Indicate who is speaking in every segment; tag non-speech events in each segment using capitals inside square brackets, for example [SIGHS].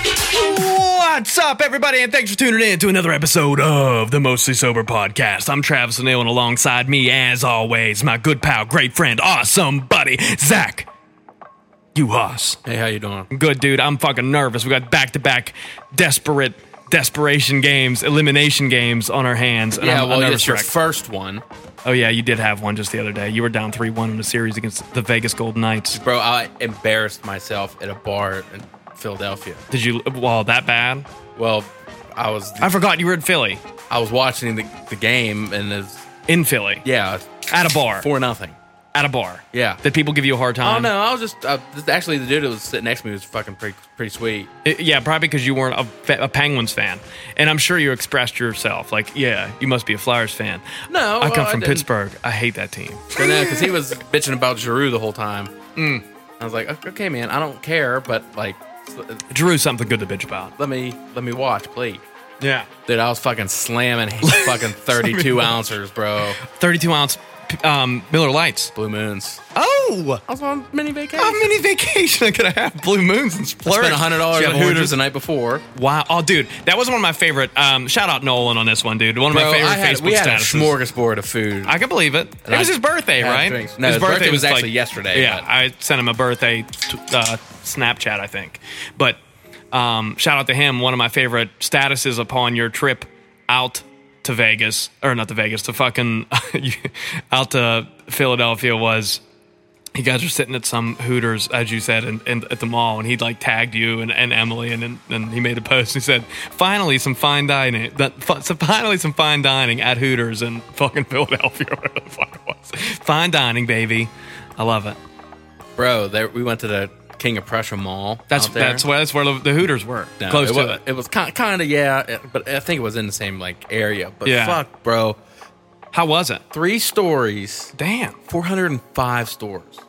Speaker 1: What's up, everybody, and thanks for tuning in to another episode of the Mostly Sober Podcast. I'm Travis O'Neill, and alongside me, as always, my good pal, great friend, awesome buddy, Zach. You hoss.
Speaker 2: Hey, how you doing?
Speaker 1: Good dude, I'm fucking nervous. We got back to back desperate desperation games, elimination games on our hands. And
Speaker 2: yeah,
Speaker 1: I'm,
Speaker 2: well,
Speaker 1: I'm nervous
Speaker 2: it's your
Speaker 1: wreck.
Speaker 2: first one,
Speaker 1: oh yeah, you did have one just the other day. You were down three one in a series against the Vegas Golden Knights.
Speaker 2: bro. I embarrassed myself at a bar in Philadelphia.
Speaker 1: Did you well that bad?
Speaker 2: Well, I was
Speaker 1: I
Speaker 2: I,
Speaker 1: forgot you were in Philly.
Speaker 2: was watching the, the game and it's
Speaker 1: In Philly.
Speaker 2: yeah
Speaker 1: At a bar.
Speaker 2: for nothing.
Speaker 1: At a bar.
Speaker 2: Yeah.
Speaker 1: Did people give you a hard time?
Speaker 2: Oh no, I was just uh, actually the dude that was sitting next to me was fucking pretty pretty sweet.
Speaker 1: It- yeah, probably because you weren't a, fa- a Penguins fan, and I'm sure you expressed yourself like, "Yeah, you must be a Flyers fan."
Speaker 2: No,
Speaker 1: I come
Speaker 2: well, I
Speaker 1: from
Speaker 2: didn't.
Speaker 1: Pittsburgh. I hate that team.
Speaker 2: because he [LAUGHS] was bitching about Giroux the whole time. I was like, "O- okay, man, I don't care, but like, s-
Speaker 1: Drew something good to bitch about.
Speaker 2: let me let me watch, please.
Speaker 1: Yeah,
Speaker 2: Dude, I was fucking [LAUGHS] slamming fucking thirty two ounces, bro.
Speaker 1: 32 ounce p- um, Miller Lights.
Speaker 2: Blue moons.
Speaker 1: Oh,
Speaker 2: I was on mini vacation.
Speaker 1: how many vacation I could I have? Blue Moons and Splurge.
Speaker 2: Spent hundred dollars
Speaker 1: Did you
Speaker 2: at
Speaker 1: have
Speaker 2: Hooters
Speaker 1: oranges?
Speaker 2: the night before.
Speaker 1: Wow. Oh, dude, that was one of my favorite. Um, shout out Nolan on this one, dude. One of my favorite
Speaker 2: I had,
Speaker 1: Facebook
Speaker 2: we had
Speaker 1: statuses.
Speaker 2: a smorgasbord of food.
Speaker 1: I can believe it.
Speaker 2: And
Speaker 1: it was
Speaker 2: I
Speaker 1: his birthday,
Speaker 2: had
Speaker 1: right?
Speaker 2: drinks. No, his birthday was actually yesterday,
Speaker 1: Yeah,
Speaker 2: but-
Speaker 1: I sent him a birthday t- uh, Snapchat, I think. But um, shout out to him. One of my favorite statuses upon your trip out to Vegas, or not to Vegas, to fucking [LAUGHS] out to Philadelphia was. You guys were sitting at some Hooters, as you said, and, and at the mall, and he like tagged you and, and Emily, and, and and he made a post. And he said, "Finally, some fine dining. That, fi- so finally, some fine dining at Hooters in fucking Philadelphia, [LAUGHS] whatever the fuck it was. Fine dining, baby. I love it.
Speaker 2: Bro, there, we went to the King of Prussia Mall.
Speaker 1: That's
Speaker 2: out there.
Speaker 1: that's where that's where the, the Hooters were,
Speaker 2: No,
Speaker 1: close
Speaker 2: it
Speaker 1: to
Speaker 2: was,
Speaker 1: it.
Speaker 2: It was kind, kind of yeah, it- but I think it was in the same like area. But
Speaker 1: Yeah.
Speaker 2: fuck, bro,
Speaker 1: How was it?
Speaker 2: three stories,
Speaker 1: Damn.
Speaker 2: four hundred and five stores.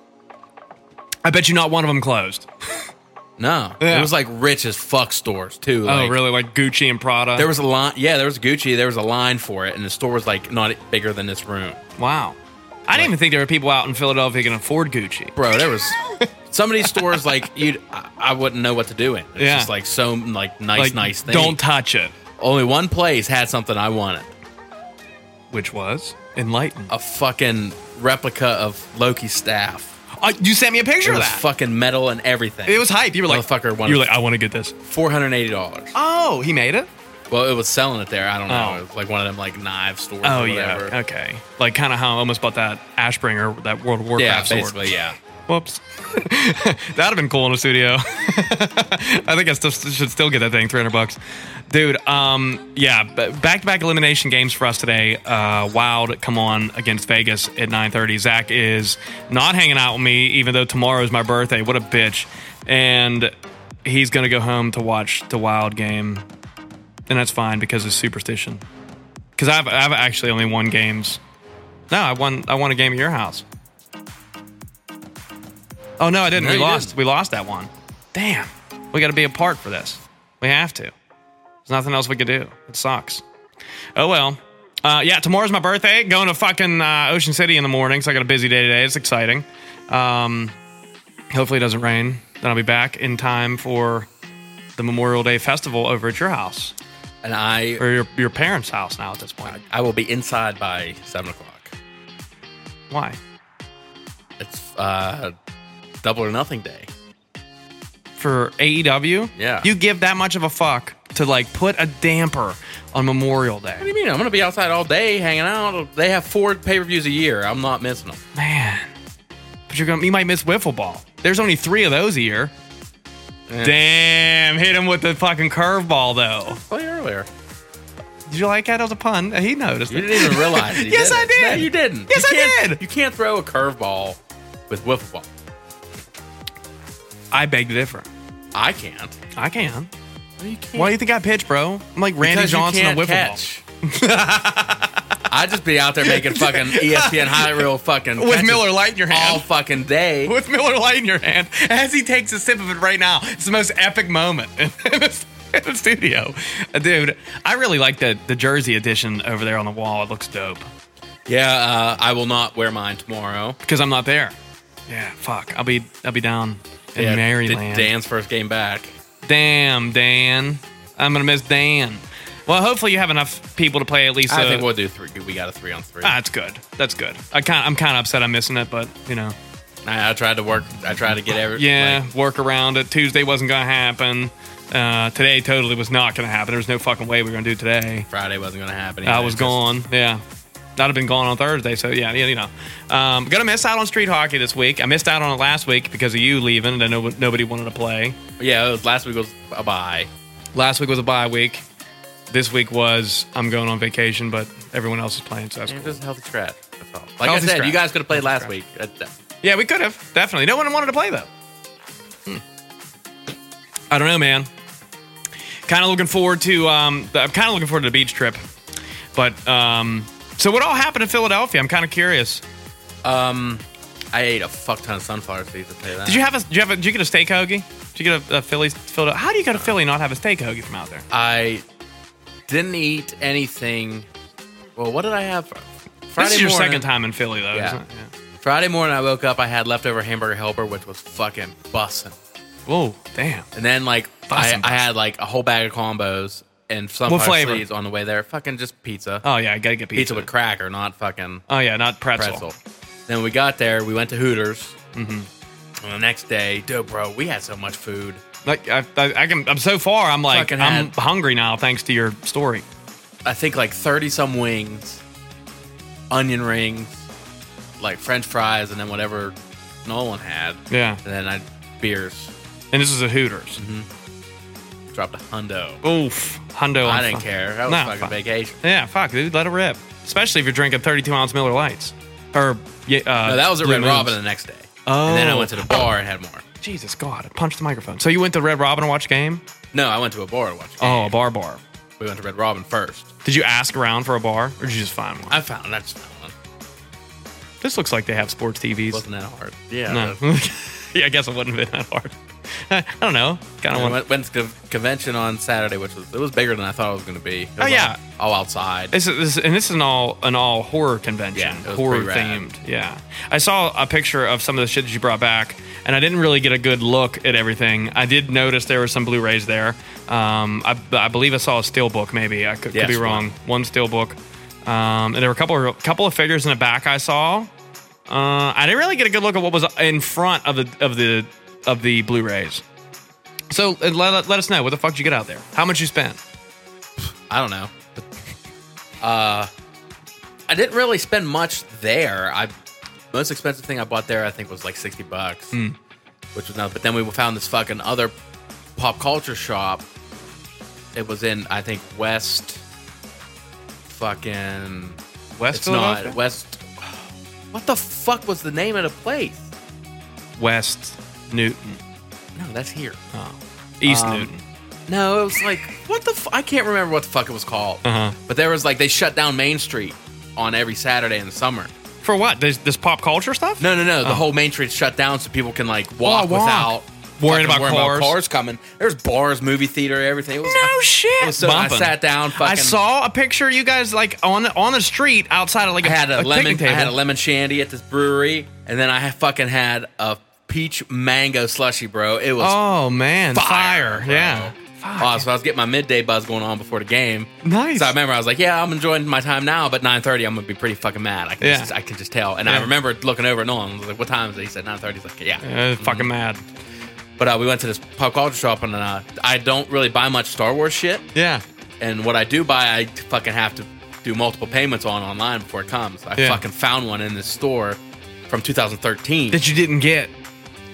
Speaker 1: I bet you not one of them closed.
Speaker 2: No,
Speaker 1: Yeah.
Speaker 2: it was like rich as fuck stores too.
Speaker 1: Oh,
Speaker 2: like,
Speaker 1: really? Like Gucci and Prada?
Speaker 2: There was a line. Yeah, there was Gucci. There was a line for it, and the store was like not bigger than this room.
Speaker 1: wow. I didn't even think there were people out in Philadelphia who can afford Gucci.
Speaker 2: bro. There was some of these stores like you, I, I wouldn't know what to do in. It's
Speaker 1: Yeah.
Speaker 2: just like so like nice,
Speaker 1: Like,
Speaker 2: nice thing.
Speaker 1: Don't touch it.
Speaker 2: Only one place had something I wanted:
Speaker 1: Which was enlightened.
Speaker 2: a fucking replica of Loki's staff.
Speaker 1: Uh, you sent me a picture
Speaker 2: It
Speaker 1: of
Speaker 2: was
Speaker 1: that.
Speaker 2: fucking metal and everything.
Speaker 1: it was hype. You were like,
Speaker 2: Motherfucker wanted-
Speaker 1: you were like, "Oh." I want to get this.
Speaker 2: four hundred and eighty dollars.
Speaker 1: Oh, he made it.
Speaker 2: Well, it was selling it there. I don't know.
Speaker 1: Oh.
Speaker 2: It was like one of them like knife stores.
Speaker 1: Oh
Speaker 2: or
Speaker 1: yeah.
Speaker 2: whatever.
Speaker 1: Okay. Like kind of how I almost bought that Ashbringer, that World of
Speaker 2: Yeah,
Speaker 1: Warcraft sword.
Speaker 2: basically, yeah.
Speaker 1: Whoops. [LAUGHS] That'd have been cool in a studio. [LAUGHS] I think I still, should still get that thing, 300 bucks. Dude, um, yeah, b- back-to-back elimination games for us today. Uh, Wild, come on, against Vegas at 9.30. Zach is not hanging out with me, even though tomorrow is my birthday. What a bitch. And he's going to go home to watch the Wild game. And that's fine because it's superstition. Because I've, I've actually only won games. No, I won, I won a game at your house. Oh no, I didn't.
Speaker 2: No,
Speaker 1: we
Speaker 2: you
Speaker 1: lost.
Speaker 2: didn't.
Speaker 1: We lost that one. Damn. We got to be apart for this. We have to. There's nothing else we could do. It sucks. Oh well. Uh, yeah, tomorrow's my birthday. Going to fucking uh, Ocean City in the morning, so I got a busy day today. It's exciting. Um, hopefully it doesn't rain. Then I'll be back in time for the Memorial Day festival over at your house
Speaker 2: And I,
Speaker 1: or your, your parents' house now at this point.
Speaker 2: I will be inside by seven o'clock.
Speaker 1: Why?
Speaker 2: It's uh, double or nothing day.
Speaker 1: for AEW.
Speaker 2: Yeah.
Speaker 1: You give that much of a fuck to like put a damper on Memorial Day.
Speaker 2: What do you mean? I'm gonna be outside all day hanging out. They have four pay per views a year. I'm not missing them.
Speaker 1: Man. But you're gonna you might miss wiffle ball. There's only three of those a year. Damn, hit him with the fucking curveball though.
Speaker 2: Play earlier.
Speaker 1: Did you like that? That was a pun. He noticed
Speaker 2: You
Speaker 1: it.
Speaker 2: didn't even realize.
Speaker 1: [LAUGHS]
Speaker 2: You
Speaker 1: Yes,
Speaker 2: did
Speaker 1: I
Speaker 2: it.
Speaker 1: did.
Speaker 2: No, you didn't.
Speaker 1: Yes,
Speaker 2: You
Speaker 1: I
Speaker 2: can't-
Speaker 1: did.
Speaker 2: You can't throw a curveball with wiffle ball.
Speaker 1: I beg to differ.
Speaker 2: I can't.
Speaker 1: I can.
Speaker 2: No, you can't.
Speaker 1: Why do you think I pitch, bro? I'm like Randy
Speaker 2: Because you
Speaker 1: Johnson of
Speaker 2: can't
Speaker 1: wiffle
Speaker 2: catch.
Speaker 1: ball.
Speaker 2: I'd just be
Speaker 1: [LAUGHS]
Speaker 2: out there making fucking E ESPN high reel fucking
Speaker 1: With
Speaker 2: catches
Speaker 1: Miller Lite in your hand.
Speaker 2: all fucking
Speaker 1: [LAUGHS]
Speaker 2: day.
Speaker 1: with Miller Lite in your hand as he takes a sip of it right now. It's the most epic moment [LAUGHS] in the, in the studio. Uh, Dude, I really like the, the jersey edition over there on the wall. It looks dope
Speaker 2: Yeah, uh, I will not wear mine tomorrow.
Speaker 1: because I'm not there. Yeah, fuck. I'll be I'll be down in
Speaker 2: Yeah,
Speaker 1: Maryland.
Speaker 2: D- Dan's first game back.
Speaker 1: Damn, Dan. I'm gonna miss Dan. Well, hopefully you have enough people to play at least.
Speaker 2: I
Speaker 1: uh,
Speaker 2: think we'll do three. We got a three on three.
Speaker 1: ah, that's good. That's good. I kind I'm kind of upset I'm missing it, but you know,
Speaker 2: I, I tried to work. I tried to get every.
Speaker 1: yeah,
Speaker 2: like,
Speaker 1: work around it. Tuesday wasn't gonna happen. Uh, today totally was not gonna happen. There was no fucking way we were gonna do today.
Speaker 2: Friday wasn't going to happen.
Speaker 1: I
Speaker 2: either.
Speaker 1: was
Speaker 2: Just-
Speaker 1: gone. Yeah. I'd have been gone on Thursday, so yeah, yeah, you know. Um, gonna miss out on street hockey this week. I missed out on it last week because of you leaving, and then no, nobody wanted to play.
Speaker 2: Yeah, it was, last week was a bye.
Speaker 1: Last week was a bye week. This week was I'm going on vacation, but everyone else is playing, so that's
Speaker 2: It
Speaker 1: cool.
Speaker 2: was a healthy scratch. That's all. Like
Speaker 1: Healthy
Speaker 2: I said,
Speaker 1: scratch.
Speaker 2: you guys could have played last week. Uh, th-
Speaker 1: Yeah, we could have definitely. No one wanted to play though. Hmm. I don't know, man. Kind of looking forward to. Um, the- I'm kind of looking forward to the beach trip, but um, so what all happened in Philadelphia? I'm kind of curious.
Speaker 2: I ate a fuck ton of sunflower seeds to play that.
Speaker 1: Did you have a? Did you have a? Did you get a steak hoagie? Did you get a, a Philly? Philadelphia? How do you go to Philly and not have a steak hoagie from out there?
Speaker 2: I didn't eat anything. Well, what did I have? Friday
Speaker 1: this is your
Speaker 2: morning,
Speaker 1: second time in Philly though.
Speaker 2: Yeah.
Speaker 1: Isn't it? yeah.
Speaker 2: Friday morning, I woke up. I had leftover hamburger helper, which was fucking bussin'.
Speaker 1: Whoa, damn.
Speaker 2: And then like
Speaker 1: Bussin',
Speaker 2: I, I had like a whole bag of combos and
Speaker 1: What
Speaker 2: sunflower
Speaker 1: flavor?
Speaker 2: seeds on the way there. Fucking just pizza,
Speaker 1: Oh yeah, I gotta get
Speaker 2: pizza
Speaker 1: pizza.
Speaker 2: with cracker, not fucking
Speaker 1: oh yeah, not pretzel.
Speaker 2: pretzel. Then we got there. We went to Hooters. Mm-hmm. And the next day, dude, bro, we had so much food.
Speaker 1: Like I, I, I can. I'm so far. I'm like
Speaker 2: Fucking
Speaker 1: I'm
Speaker 2: had-
Speaker 1: hungry now thanks to your story.
Speaker 2: I think like 30 some wings, onion rings, like french fries, and then whatever Nolan had.
Speaker 1: Yeah.
Speaker 2: And then I beers
Speaker 1: And this is a Hooters.
Speaker 2: dropped a hundo.
Speaker 1: Oof. Hundo.
Speaker 2: I
Speaker 1: on
Speaker 2: didn't
Speaker 1: fu-
Speaker 2: care. That was
Speaker 1: Nah,
Speaker 2: fucking
Speaker 1: Oh, fuck.
Speaker 2: vacation.
Speaker 1: Yeah, fuck, dude. Let it rip. Especially if you're drinking 32 ounce Miller Lights. Or, yeah. Uh,
Speaker 2: No, that was at
Speaker 1: Blue
Speaker 2: Red
Speaker 1: Moons.
Speaker 2: Robin the next day. And then I
Speaker 1: Oh.
Speaker 2: went to the bar and had more.
Speaker 1: Jesus, God. I punched the microphone. So you went to Red Robin and watched a game?
Speaker 2: No, I went to a bar to watch. a game.
Speaker 1: Oh, a bar bar.
Speaker 2: We went to Red Robin first.
Speaker 1: Did you ask around for a bar or did you just find one?
Speaker 2: I found that's one.
Speaker 1: this looks like they have sports TVs.
Speaker 2: Wasn't that hard? Yeah.
Speaker 1: [LAUGHS] no. yeah, I guess it wouldn't have been that hard. [LAUGHS] I don't know. Kind of
Speaker 2: I
Speaker 1: want
Speaker 2: went, went to the convention on Saturday, which was it was bigger than I thought it was going to be. It was
Speaker 1: Oh, yeah.
Speaker 2: all, all outside.
Speaker 1: This is, this, and this is an all an all horror convention,
Speaker 2: Yeah, it was
Speaker 1: horror
Speaker 2: pretty rad.
Speaker 1: themed. Yeah, I saw a picture of some of the shit that you brought back, and I didn't really get a good look at everything. I did notice there were some Blu-rays there. Um, I, I believe I saw a steelbook, maybe I could, could
Speaker 2: Yes,
Speaker 1: be
Speaker 2: one.
Speaker 1: wrong. One steelbook, um, and there were a couple of, couple of figures in the back I saw. Uh, I didn't really get a good look at what was in front of the of the of the Blu-rays. So uh, let, let us know what the fuck did you get out there. How much you spent?
Speaker 2: I don't know. But, uh, I didn't really spend much there. I most expensive thing I bought there, I think, was like sixty bucks, which was nothing. But then we found this fucking other pop culture shop. It was in, I think, West. Fucking.
Speaker 1: West
Speaker 2: It's not
Speaker 1: Philadelphia?
Speaker 2: West. What the fuck was the name of the place?
Speaker 1: West Newton.
Speaker 2: No, that's here.
Speaker 1: East
Speaker 2: Um,
Speaker 1: Newton.
Speaker 2: No, it was like what the f- I can't remember what the fuck it was called.
Speaker 1: Uh-huh.
Speaker 2: But there was like they shut down Main Street on every Saturday in the summer.
Speaker 1: For what? This, this pop culture stuff?
Speaker 2: No, no, no. The whole Main Street shut down so people can like walk,
Speaker 1: Uh-huh. Oh, walk.
Speaker 2: without
Speaker 1: Worrying
Speaker 2: fucking
Speaker 1: about cars.
Speaker 2: coming. There's bars, movie theater, everything. It was
Speaker 1: No shit.
Speaker 2: It was so, I
Speaker 1: Bumpin'.
Speaker 2: sat down. Fucking,
Speaker 1: I saw a picture of you guys like on the, on the street outside of like
Speaker 2: I had a,
Speaker 1: picnic
Speaker 2: lemon. I
Speaker 1: table.
Speaker 2: had a lemon shandy at this brewery, and then I fucking had a peach mango slushy, bro. It was
Speaker 1: oh man, fire!
Speaker 2: bro.
Speaker 1: yeah,
Speaker 2: Oh, so I was getting my midday buzz going on before the game.
Speaker 1: Nice.
Speaker 2: So I remember I was like, "Yeah, I'm enjoying my time now, but 9:30, I'm gonna be pretty fucking mad. I can
Speaker 1: Yeah.
Speaker 2: just, I can just tell." And
Speaker 1: Yeah.
Speaker 2: I remember looking over at Nolan. I was like, "What time is it?" He said 9:30. He's like, "Yeah."
Speaker 1: Uh, fucking mad.
Speaker 2: But uh, we went to this pop culture shop, and uh, I don't really buy much Star Wars shit.
Speaker 1: Yeah,
Speaker 2: And what I do buy, I fucking have to do multiple payments on online before it comes. I
Speaker 1: Yeah.
Speaker 2: fucking found one in this store from 2013.
Speaker 1: that you didn't get.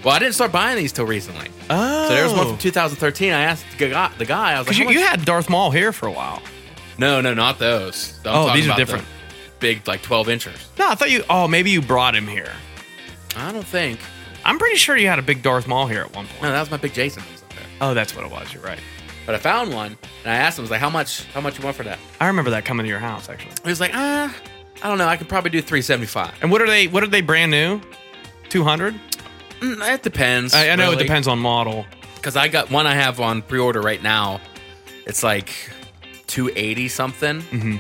Speaker 2: well, I didn't start buying these till recently.
Speaker 1: Oh,
Speaker 2: So there was one from 2013. I asked the guy, the guy I was like,
Speaker 1: you,
Speaker 2: "How much
Speaker 1: you had Darth Maul here for a while.
Speaker 2: No, no, not those. I'm
Speaker 1: Oh,
Speaker 2: talking
Speaker 1: these are
Speaker 2: about the
Speaker 1: different.
Speaker 2: Big, like 12 inchers.
Speaker 1: No, I thought you. Oh, maybe you brought him here.
Speaker 2: I don't think.
Speaker 1: I'm pretty sure you had a big Darth Maul here at one
Speaker 2: No,
Speaker 1: point.
Speaker 2: that was my big Jason. that was up there.
Speaker 1: Oh, that's what it was. You're right.
Speaker 2: But I found one and I asked him, I was like, how much, how much you want for that?
Speaker 1: I remember that coming to your house actually.
Speaker 2: He was like, ah, I don't know. I could probably do 375.
Speaker 1: And what are they? What are they brand new? Two hundred?
Speaker 2: Mm, It depends.
Speaker 1: I, I know it
Speaker 2: really.
Speaker 1: depends on model.
Speaker 2: Cause I got one I have on pre-order right now. It's like 280 something.
Speaker 1: Mhm.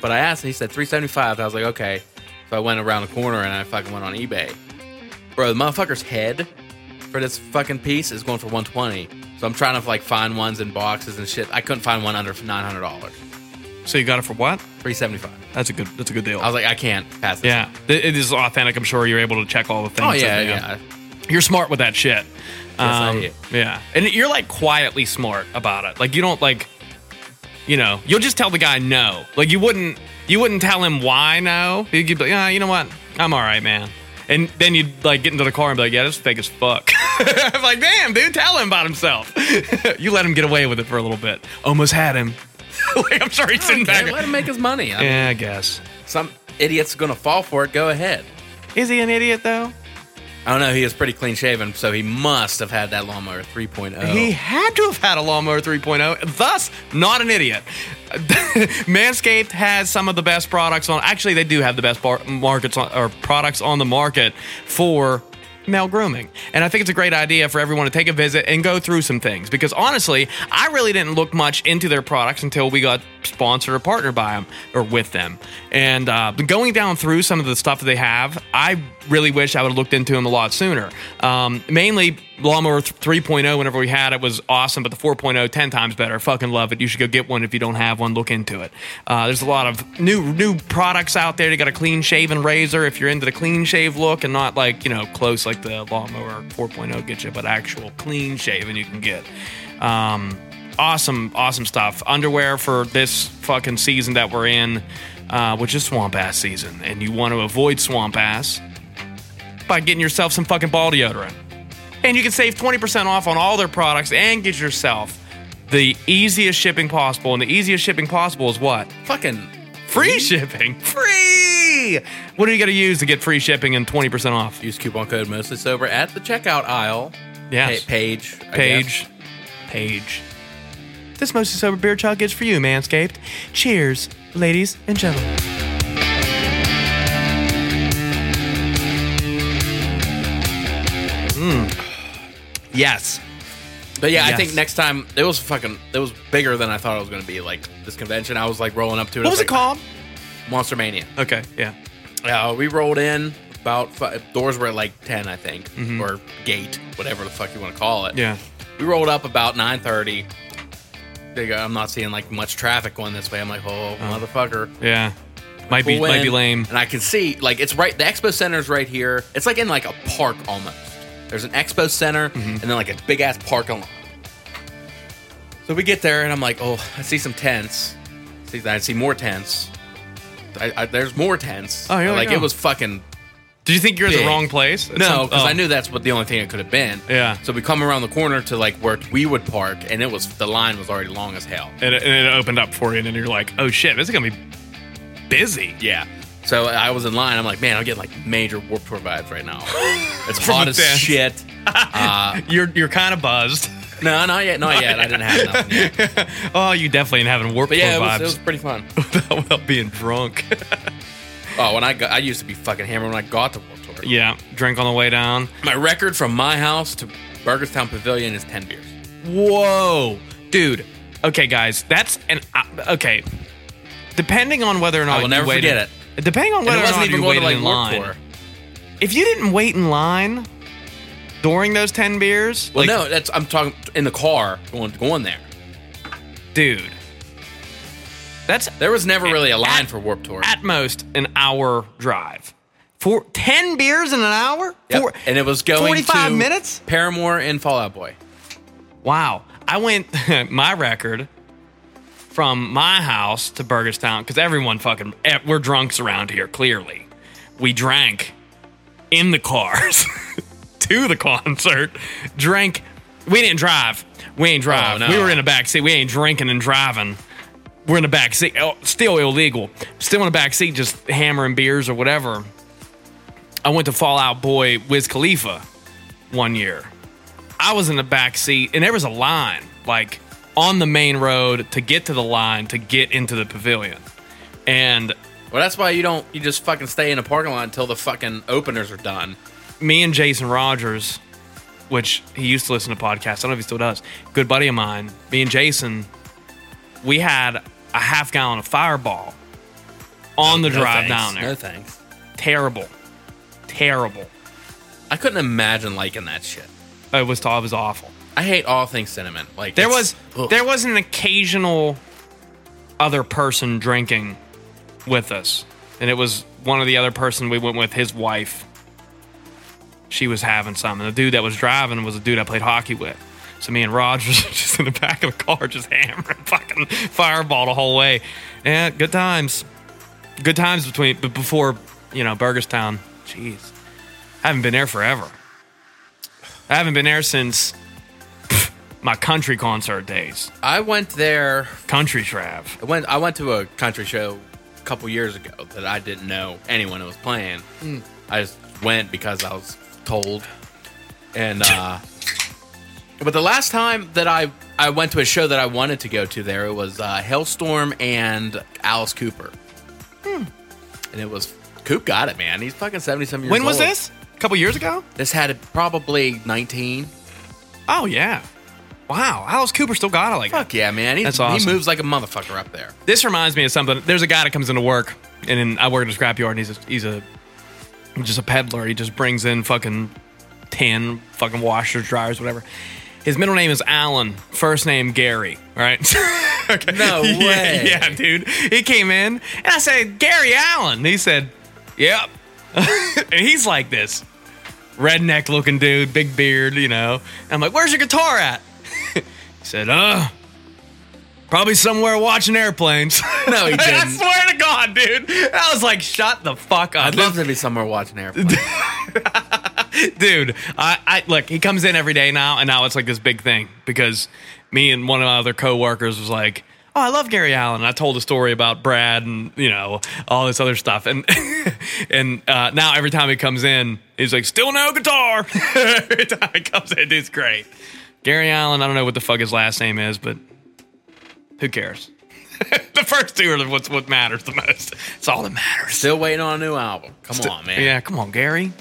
Speaker 2: But I asked and he said 375. I was like, okay. So I went around the corner and I fucking went on eBay. Bro, the motherfucker's head for this fucking piece is going for 120. So I'm trying to like find ones in boxes and shit. I couldn't find one under $900.
Speaker 1: So you got it for what?
Speaker 2: 375.
Speaker 1: That's a good. That's a good deal.
Speaker 2: I was like, I can't pass this.
Speaker 1: yeah, Th- it is authentic. I'm sure you're able to check all the things.
Speaker 2: Oh yeah,
Speaker 1: and, you know, [LAUGHS]
Speaker 2: yeah.
Speaker 1: You're smart with that shit.
Speaker 2: I
Speaker 1: Um,
Speaker 2: am.
Speaker 1: yeah, and you're like quietly smart about it. Like you don't like, you know, you'll just tell the guy no. Like you wouldn't, you wouldn't tell him why no. You'd be like, ah, you know what, I'm all right, man. And then you'd like get into the car and be like, yeah, this is fake as fuck. [LAUGHS] I'm like, damn, dude, tell him about himself. [LAUGHS] you let him get away with it for a little bit. Almost had him. [LAUGHS] like I'm sorry, he's sitting
Speaker 2: Okay,
Speaker 1: back.
Speaker 2: let him make his money. I mean,
Speaker 1: Yeah, I guess.
Speaker 2: Some idiot's gonna fall for it. Go ahead.
Speaker 1: Is he an idiot though?
Speaker 2: I don't know. He is pretty clean shaven, so he must have had that lawnmower oh. 3.0.
Speaker 1: He had to have had a lawnmower 3.0, thus, not an idiot. [LAUGHS] Manscaped has some of the best products on. Actually, they do have the best bar- markets on, or products on the market for male grooming. And I think it's a great idea for everyone to take a visit and go through some things because honestly, I really didn't look much into their products until we got sponsored or partnered by them or with them. And uh, but going down through some of the stuff that they have, I really wish I would have looked into them a lot sooner. Um, mainly Lawnmower 3.0, oh, whenever we had it, was awesome, but the 4.0, 10 times better. Fucking love it. You should go get one if you don't have one. Look into it. Uh, there's a lot of new new products out there. They got a clean shave and razor if you're into the clean shave look and not like, you know, close like the Lawnmower 4.0 gets you, but actual clean shaving you can get. Um, awesome, awesome stuff. Underwear for this fucking season that we're in, uh, which is swamp ass season, and you want to avoid swamp ass by getting yourself some fucking ball deodorant. And you can save 20% off on all their products and get yourself the easiest shipping possible. And the easiest shipping possible is what?
Speaker 2: fucking
Speaker 1: Free shipping. Free! What are you going to use to get free shipping and 20% off?
Speaker 2: use coupon code mostly sober at the checkout aisle.
Speaker 1: Yes.
Speaker 2: Pa- page. I
Speaker 1: Page. Page. This mostly sober beer chug is for you, Manscaped. Cheers, ladies and gentlemen. Hmm. Yes.
Speaker 2: guess. But yeah, I
Speaker 1: Yes.
Speaker 2: think next time it was fucking it was bigger than I thought it was gonna be. Like this convention, I was like rolling up to it. I
Speaker 1: What was it
Speaker 2: like,
Speaker 1: called?
Speaker 2: Monster Mania.
Speaker 1: Okay, yeah.
Speaker 2: Uh, we rolled in about five, doors were at like ten, I think, or gate, whatever the fuck you want to call it.
Speaker 1: Mm-hmm. Yeah.
Speaker 2: We rolled up about nine thirty. They go, I'm not seeing like much traffic going this way. I'm like, oh motherfucker.
Speaker 1: Yeah. Might be
Speaker 2: Pull
Speaker 1: might
Speaker 2: in,
Speaker 1: be lame.
Speaker 2: And I can see like it's right. The expo center's right here. It's like in like a park almost. There's an expo center
Speaker 1: Mm-hmm.
Speaker 2: and then like a big ass parking lot. So we get there and I'm like, oh, I see some tents. See, I see more tents. I, I, there's more tents.
Speaker 1: Oh, here we
Speaker 2: like
Speaker 1: go.
Speaker 2: it was fucking
Speaker 1: Did you think you're in the
Speaker 2: big.
Speaker 1: wrong place? At
Speaker 2: no,
Speaker 1: some-
Speaker 2: because
Speaker 1: oh.
Speaker 2: I knew that's what the only thing it could have been.
Speaker 1: Yeah.
Speaker 2: So we come around the corner to like where we would park, and it was the line was already long as hell.
Speaker 1: And it, and it opened up for you, and then you're like, oh shit, this is gonna be busy.
Speaker 2: Yeah. So I was in line. I'm like, man, I'm getting like major warp tour vibes
Speaker 1: [LAUGHS]
Speaker 2: right now. It's
Speaker 1: From
Speaker 2: hot
Speaker 1: the
Speaker 2: as
Speaker 1: dance.
Speaker 2: shit. Uh,
Speaker 1: You're you're kind of buzzed. [LAUGHS]
Speaker 2: No, not yet. Not yet. I didn't have nothing. Yet.
Speaker 1: oh, you definitely ain't having warp
Speaker 2: But yeah, it
Speaker 1: tour
Speaker 2: was, it was
Speaker 1: vibes [LAUGHS]
Speaker 2: pretty fun.
Speaker 1: without being
Speaker 2: [LAUGHS]
Speaker 1: drunk.
Speaker 2: Oh, when I got, I used to be fucking hammered when I got to warp tour.
Speaker 1: yeah, drink on the way down.
Speaker 2: My record from my house to Burgerstown Pavilion is ten beers.
Speaker 1: Whoa, dude. Okay, guys, that's an uh, okay. Depending on whether or not
Speaker 2: will never
Speaker 1: you waited,
Speaker 2: forget
Speaker 1: it. Depending on
Speaker 2: And
Speaker 1: whether
Speaker 2: it
Speaker 1: or
Speaker 2: wasn't
Speaker 1: not
Speaker 2: even
Speaker 1: you
Speaker 2: going
Speaker 1: waited
Speaker 2: to like
Speaker 1: in line,
Speaker 2: warp tour.
Speaker 1: if you didn't wait in line during those ten beers, like,
Speaker 2: Well, no, that's I'm talking in the car going going there.
Speaker 1: dude, that's
Speaker 2: There was never really a line
Speaker 1: At-
Speaker 2: for warp tour.
Speaker 1: at most an hour drive. For 10 beers in an hour?
Speaker 2: Yep.
Speaker 1: For-
Speaker 2: and it was going
Speaker 1: 45
Speaker 2: to
Speaker 1: minutes?
Speaker 2: Paramore and Fallout Boy.
Speaker 1: Wow. I went [LAUGHS] my record from my house to Burgerstown because everyone fucking, eh, we're drunks around here, clearly. We drank in the cars [LAUGHS] to the concert, drank. We didn't drive. We ain't drive.
Speaker 2: no.
Speaker 1: We were in the back seat. We ain't drinking and driving. We're in the back seat. Oh, still illegal. Still in the back seat, just hammering beers or whatever. I went to Fallout Boy Wiz Khalifa one year. I was in the back seat, and there was a line like on the main road to get to the line to get into the pavilion, and
Speaker 2: Well, that's why you don't. You just fucking stay in a parking lot until the fucking openers are done.
Speaker 1: me and Jason Rogers, which he used to listen to podcasts. I don't know if he still does. Good buddy of mine. Me and Jason, we had a half gallon of Fireball on the
Speaker 2: No
Speaker 1: drive
Speaker 2: thanks.
Speaker 1: down there.
Speaker 2: No thanks.
Speaker 1: Terrible, terrible.
Speaker 2: I couldn't imagine liking that shit.
Speaker 1: It was. It was awful.
Speaker 2: I hate all things cinnamon. Like
Speaker 1: There was
Speaker 2: it's- ugh.
Speaker 1: there was an occasional other person drinking with us, and it was one of the other person we went with. His wife, she was having some, and the dude that was driving was a dude I played hockey with. So me and Raj [LAUGHS] was just in the back of the car, just hammering [LAUGHS] fucking fireball the whole way. Yeah, good times, good times between, but before you know Burgerstown. Jeez, I haven't been there forever. I haven't been there since my country concert days.
Speaker 2: I went there.
Speaker 1: Country Trav.
Speaker 2: I went. I went to a country show a couple years ago that I didn't know anyone that was playing.
Speaker 1: Hmm.
Speaker 2: I just went because I was told. And uh, [LAUGHS] but the last time that I I went to a show that I wanted to go to there, it was uh, Hailstorm and Alice Cooper.
Speaker 1: Hmm.
Speaker 2: And it was Coop got it, man. He's fucking seventy something years
Speaker 1: When was
Speaker 2: old.
Speaker 1: this? A couple years ago?
Speaker 2: This had probably nineteen.
Speaker 1: Oh yeah. Wow, Alice Cooper still got it like that.
Speaker 2: Fuck yeah, man. He,
Speaker 1: That's
Speaker 2: he
Speaker 1: awesome.
Speaker 2: moves like a motherfucker
Speaker 1: [LAUGHS]
Speaker 2: up there.
Speaker 1: This reminds me of something. There's a guy that comes into work, and in, I work at a scrapyard, and he's a, he's a just a peddler. He just brings in fucking tin, fucking washers, dryers, whatever. His middle name is Alan, first name Gary. Right? [LAUGHS] okay. [LAUGHS]
Speaker 2: No
Speaker 1: Yeah,
Speaker 2: way.
Speaker 1: Yeah, dude. He came in, and I said, "Gary Allen." He said, "Yep." [LAUGHS] and he's like this redneck looking dude, big beard, you know. And I'm like, "Where's your guitar at?" [LAUGHS] he said, "Uh." Probably somewhere watching airplanes. [LAUGHS]
Speaker 2: No, he
Speaker 1: I
Speaker 2: didn't.
Speaker 1: swear to God, dude. I was like, shut the fuck up.
Speaker 2: I'd love to be somewhere watching airplanes.
Speaker 1: [LAUGHS] dude I, I look he comes in every day now and now it's like this big thing because me and one of my other coworkers was like oh i love gary allen and i told a story about brad and you know all this other stuff and [LAUGHS] and uh, now every time he comes in he's like still no guitar [LAUGHS] every time he comes in it's great gary allen i don't know what the fuck his last name is but who cares [LAUGHS] the first two are what's what matters the most it's all that matters
Speaker 2: Still waiting on a new album. Come on, man.
Speaker 1: yeah come on gary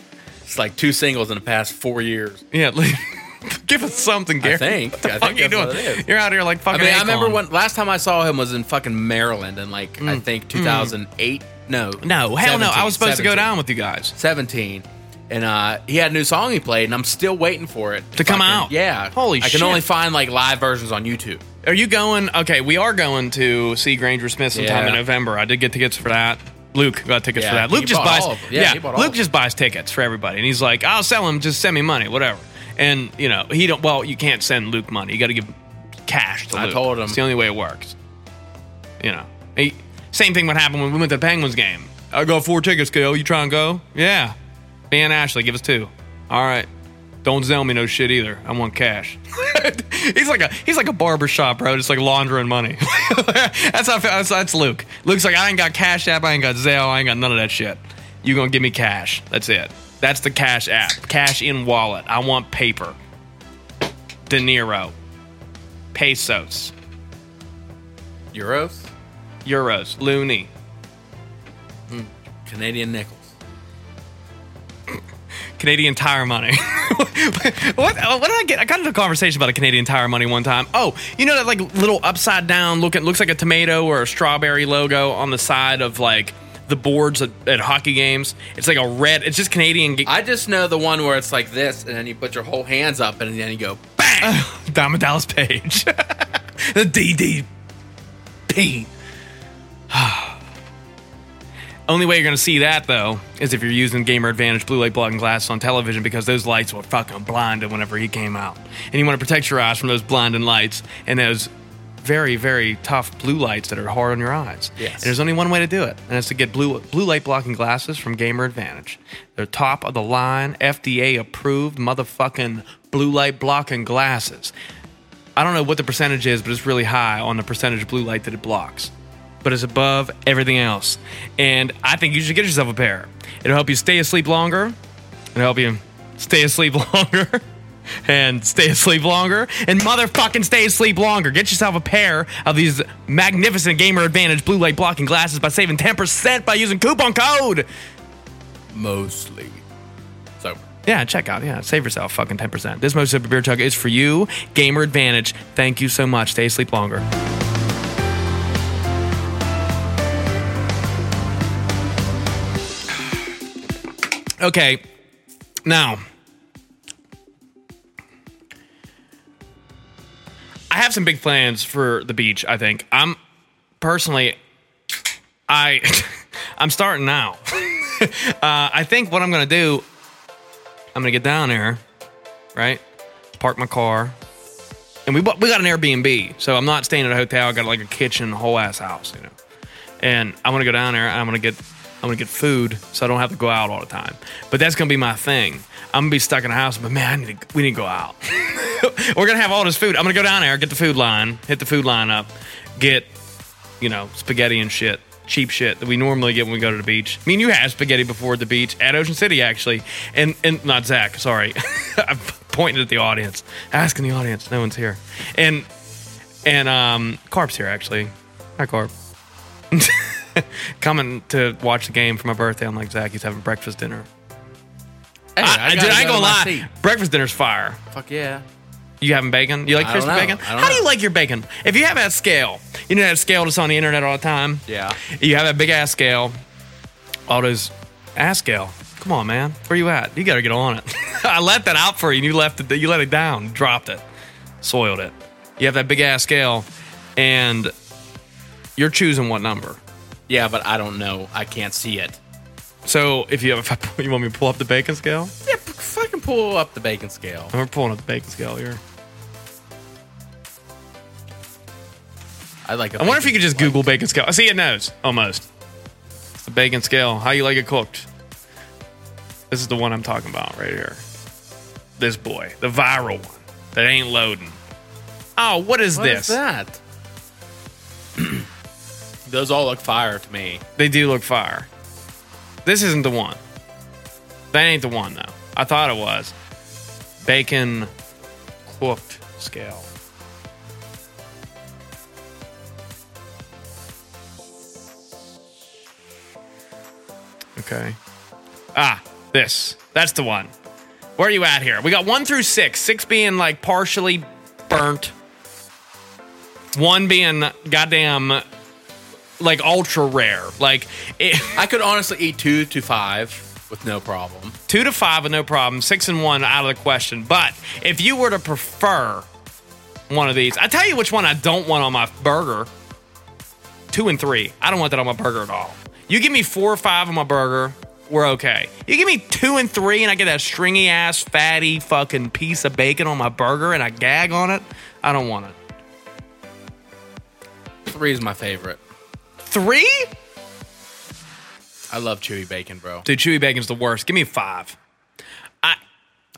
Speaker 2: It's like two singles in the past four years.
Speaker 1: Yeah, [LAUGHS] like, give us something, Gary.
Speaker 2: think.
Speaker 1: What the
Speaker 2: I
Speaker 1: fuck
Speaker 2: think
Speaker 1: you
Speaker 2: that's
Speaker 1: doing?
Speaker 2: what it is.
Speaker 1: You're out here like
Speaker 2: I
Speaker 1: fucking.
Speaker 2: mean, I remember
Speaker 1: Akon.
Speaker 2: when last time I saw him was in fucking Maryland in like I think 2008. No,
Speaker 1: Mm. No, hell no. I was supposed to go
Speaker 2: 17.
Speaker 1: down with you guys.
Speaker 2: 17, and uh, he had a new song he played, and I'm still waiting for it
Speaker 1: To come
Speaker 2: fucking-
Speaker 1: out.
Speaker 2: Yeah,
Speaker 1: Holy
Speaker 2: I
Speaker 1: shit.
Speaker 2: can only find like live versions on YouTube.
Speaker 1: Are you going? Okay, we are going to see Granger Smith sometime
Speaker 2: Yeah.
Speaker 1: in November. I did get tickets for that. Luke got tickets
Speaker 2: Yeah,
Speaker 1: for that.
Speaker 2: he
Speaker 1: Luke just
Speaker 2: bought
Speaker 1: buys.
Speaker 2: all of them. Yeah, he bought all
Speaker 1: Luke
Speaker 2: of
Speaker 1: just buys tickets for everybody, and he's like, "I'll sell them. Just send me money, whatever." And you know, he don't. Well, you can't send Luke money. You got to give cash to
Speaker 2: I
Speaker 1: Luke.
Speaker 2: told him.
Speaker 1: it's the only way it works. You know, he, same thing would happen when we went to the Penguins game. I got four tickets, Kale. You try and go? Yeah. Dan Ashley, give us two. All right. Don't sell me no shit either. I want cash. [LAUGHS] he's like a he's like a barber shop, bro. Just like laundering money. [LAUGHS] that's how I feel. that's, that's Luke. Luke's like I ain't got Cash App, I ain't got Zelle, I ain't got none of that shit. You gonna give me cash? That's it. That's the Cash App, cash in wallet. I want paper, De Niro, pesos,
Speaker 2: Euros,
Speaker 1: euros, loony.
Speaker 2: Canadian nickels.
Speaker 1: Canadian Tire money. [LAUGHS] what? What did I get? I got into a conversation about a Canadian Tire money one time. Oh, you know that like little upside down looking looks like a tomato or a strawberry logo on the side of like the boards at, at hockey games. It's like a red. It's just Canadian. Ga-
Speaker 2: I just know the one where it's like this, and then you put your whole hands up, and then you go.
Speaker 1: Bang! Diamond Dallas Page. [LAUGHS] the DDP. [SIGHS] Only way you're going to see that, though, is if you're using Gamer Advantage blue light blocking glasses on television because those lights were fucking blinded whenever he came out. And you want to protect your eyes from those blinding lights and those very, very tough blue lights that are hard on your eyes.
Speaker 2: Yes.
Speaker 1: And there's only one way to do it, and that's to get blue, blue light blocking glasses from Gamer Advantage. They're top of the line, FDA approved motherfucking blue light blocking glasses. I don't know what the percentage is, but it's really high on the percentage of blue light that it blocks. But it's above everything else. And I think you should get yourself a pair. It'll help you stay asleep [LAUGHS] longer. It'll help you stay asleep longer. and stay asleep longer and motherfucking stay asleep longer. Get yourself a pair of these magnificent gamer advantage blue light blocking glasses by saving 10% by using coupon code.
Speaker 2: Mostly. So
Speaker 1: Yeah, check out. Yeah, save yourself fucking 10%. This most super beer tug is for you. Gamer advantage. Thank you so much. Stay asleep longer. Okay. Now, I have some big plans for the beach, I think. I'm personally I [LAUGHS] I'm starting now. [LAUGHS] uh, I think what I'm going to do I'm gonna get down there, right? Park my car, and we bought, we got an Airbnb, so I'm not staying at a hotel. I got like a kitchen, whole ass house, you know. And I'm gonna go down there. and I'm gonna get I'm gonna get food, so I don't have to go out all the time. But that's gonna be my thing. I'm gonna be stuck in a house, but man, I need to, we need to go out. [LAUGHS] We're gonna have all this food. I'm gonna go down there, get the food line, hit the food line up, get you know, spaghetti and shit, cheap shit that we normally get when we go to the beach. I mean, you had spaghetti before at the beach at Ocean City, actually, and and not Zach. Sorry, [LAUGHS] I'm pointing at the audience, asking the audience. No one's here, and and um, Carp's here actually. Hi, Carp. [LAUGHS] Coming to watch the game for my birthday. I'm like Zach. He's having breakfast dinner.
Speaker 2: Hey,
Speaker 1: I, I,
Speaker 2: gotta
Speaker 1: dude, I ain't
Speaker 2: go
Speaker 1: gonna
Speaker 2: to my
Speaker 1: lie.
Speaker 2: seat.
Speaker 1: Breakfast dinner's fire.
Speaker 2: Fuck yeah.
Speaker 1: You having bacon? You like
Speaker 2: I don't
Speaker 1: crispy
Speaker 2: know.
Speaker 1: bacon?
Speaker 2: I don't
Speaker 1: How do you
Speaker 2: know.
Speaker 1: like your bacon? If you have that scale, you know that scale that's on the internet all the time.
Speaker 2: Yeah.
Speaker 1: You have that big ass scale. All those ass scale. Come on, man. Where you at? You got to get on it. [LAUGHS] I let that out for you, and you left it. You let it down, dropped it, soiled it. You have that big ass scale, and you're choosing what number.
Speaker 2: Yeah, but I don't know. I can't see it.
Speaker 1: So if you have, if I, pull- [LAUGHS] you want me to pull up the bacon scale,
Speaker 2: Yeah, p- fucking pull up the bacon scale.
Speaker 1: we're pulling up the bacon scale here.
Speaker 2: I like.
Speaker 1: I wonder if you could just Google bacon scale. I see it knows almost. It's the bacon scale. How you like it cooked? This is the one I'm talking about right here. This boy, the viral one that ain't loading. Oh, what is
Speaker 2: What
Speaker 1: this?
Speaker 2: is that? [CLEARS THROAT] Those all look fire to me.
Speaker 1: They do look fire. This isn't the one. That ain't the one though. I thought it was bacon cooked scale. Okay. Ah, this. That's the one. Where are you at here? We got one through six. Six being like partially burnt. One being goddamn like ultra rare. Like it, [LAUGHS]
Speaker 2: I could honestly eat two to five with no problem.
Speaker 1: two to five with no problem. Six and one out of the question. But if you were to prefer one of these, I tell you which one I don't want on my burger. Two and three. I don't want that on my burger at all. You give me four or five on my burger, we're okay. You give me two and three, and I get that stringy ass, fatty fucking piece of bacon on my burger, and I gag on it. I don't want it.
Speaker 2: Three is my favorite.
Speaker 1: Three?
Speaker 2: I love chewy bacon, bro.
Speaker 1: Dude, chewy bacon's the worst. Give me five.
Speaker 2: I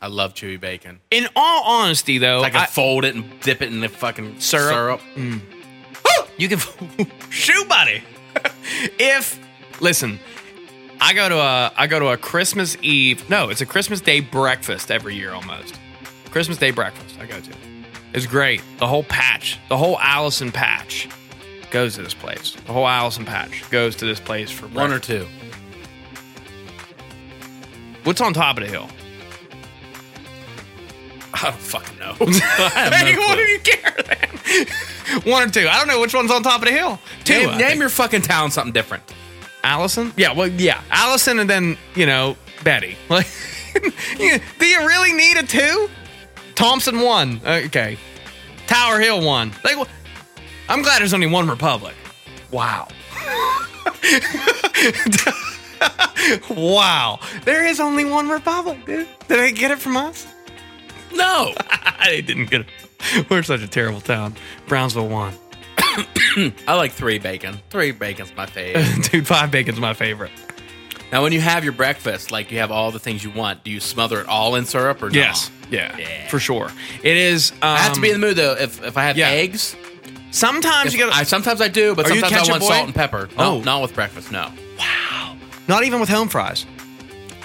Speaker 2: love chewy bacon.
Speaker 1: In all honesty, though,
Speaker 2: I can
Speaker 1: I-
Speaker 2: fold it and dip it in the fucking
Speaker 1: Syrup.
Speaker 2: syrup.
Speaker 1: You can [LAUGHS] shoe buddy. if listen, I go to a I go to a Christmas Eve. No, it's a Christmas Day breakfast every year almost. Christmas Day breakfast I go to. It's great. The whole patch, the whole Allison patch, goes to this place. The whole Allison patch goes to this place for
Speaker 2: One or
Speaker 1: breakfast.
Speaker 2: two.
Speaker 1: What's on top of the hill?
Speaker 2: I don't fucking [LAUGHS] know.
Speaker 1: [LAUGHS] Hey, what do you care? Then? One or two. I don't know which one's on top of the hill. Two. I
Speaker 2: name
Speaker 1: think.
Speaker 2: name your fucking town something different.
Speaker 1: Allison? Yeah, well, yeah. Allison and then, you know, Betty. [LAUGHS] Like, you- do you really need a two? Thompson won. Okay. Tower Hill won. Like, wh- I'm glad there's only one Republic. Wow. [LAUGHS] wow. There is only one Republic, dude. Did they get it from us?
Speaker 2: No.
Speaker 1: [LAUGHS] they didn't get it. We're such a terrible town. Brownsville won. [LAUGHS]
Speaker 2: I like three bacon. Three bacon's my favorite.
Speaker 1: Dude, five bacon's my favorite.
Speaker 2: now, when you have your breakfast, like you have all the things you want, do you smother it all in syrup or no?
Speaker 1: Yeah.
Speaker 2: Yeah.
Speaker 1: For sure. It is. Um,
Speaker 2: I have to be in the mood though. If if I have
Speaker 1: yeah.
Speaker 2: eggs,
Speaker 1: Sometimes you gotta
Speaker 2: I sometimes I do, but
Speaker 1: Are you
Speaker 2: sometimes I
Speaker 1: ketchup
Speaker 2: want
Speaker 1: boy?
Speaker 2: salt and pepper. No,
Speaker 1: Oh.
Speaker 2: not with breakfast. No.
Speaker 1: not even with home fries.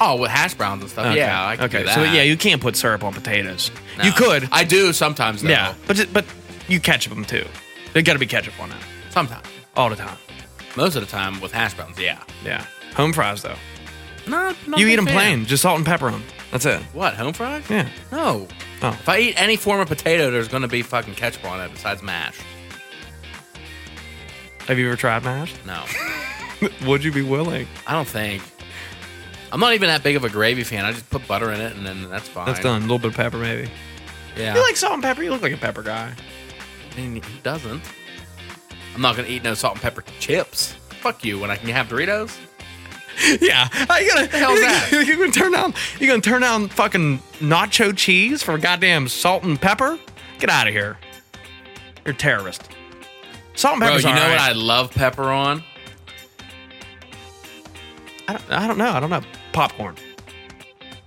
Speaker 2: Oh, with hash browns and stuff. Yeah, I can
Speaker 1: okay.
Speaker 2: do that.
Speaker 1: So yeah, you can't put syrup on potatoes. You could.
Speaker 2: I do sometimes. Though.
Speaker 1: Yeah, but ju- but you ketchup them too. They got to be ketchup on that
Speaker 2: sometimes.
Speaker 1: all the time.
Speaker 2: Most of the time with hash browns. Yeah.
Speaker 1: Yeah, home fries though.
Speaker 2: Not,
Speaker 1: you eat them plain, just salt and pepper 'em. That's it.
Speaker 2: What home fries?
Speaker 1: Yeah.
Speaker 2: No.
Speaker 1: Oh.
Speaker 2: If I eat any form of potato, there's going to be fucking ketchup on it besides mashed.
Speaker 1: Have you ever tried mashed?
Speaker 2: No,
Speaker 1: [LAUGHS] Would you be willing?
Speaker 2: I don't think. I'm not even that big of a gravy fan. I just put butter in it and then that's fine.
Speaker 1: That's done. A little bit of pepper, maybe.
Speaker 2: Yeah.
Speaker 1: You like salt and pepper? You look like a pepper guy.
Speaker 2: I mean, who doesn't? I'm not gonna eat no salt and pepper chips. Fuck you. When I can have Doritos.
Speaker 1: [LAUGHS] Yeah, How you gonna
Speaker 2: hell's that?
Speaker 1: You gonna [LAUGHS] turn down? You gonna turn down fucking nacho cheese for goddamn salt and pepper? Get out of here! You're a terrorist. Salt and
Speaker 2: Bro,
Speaker 1: pepper's
Speaker 2: you know
Speaker 1: all
Speaker 2: what
Speaker 1: right.
Speaker 2: I love pepper on?
Speaker 1: I don't, I don't know. I don't know. Popcorn.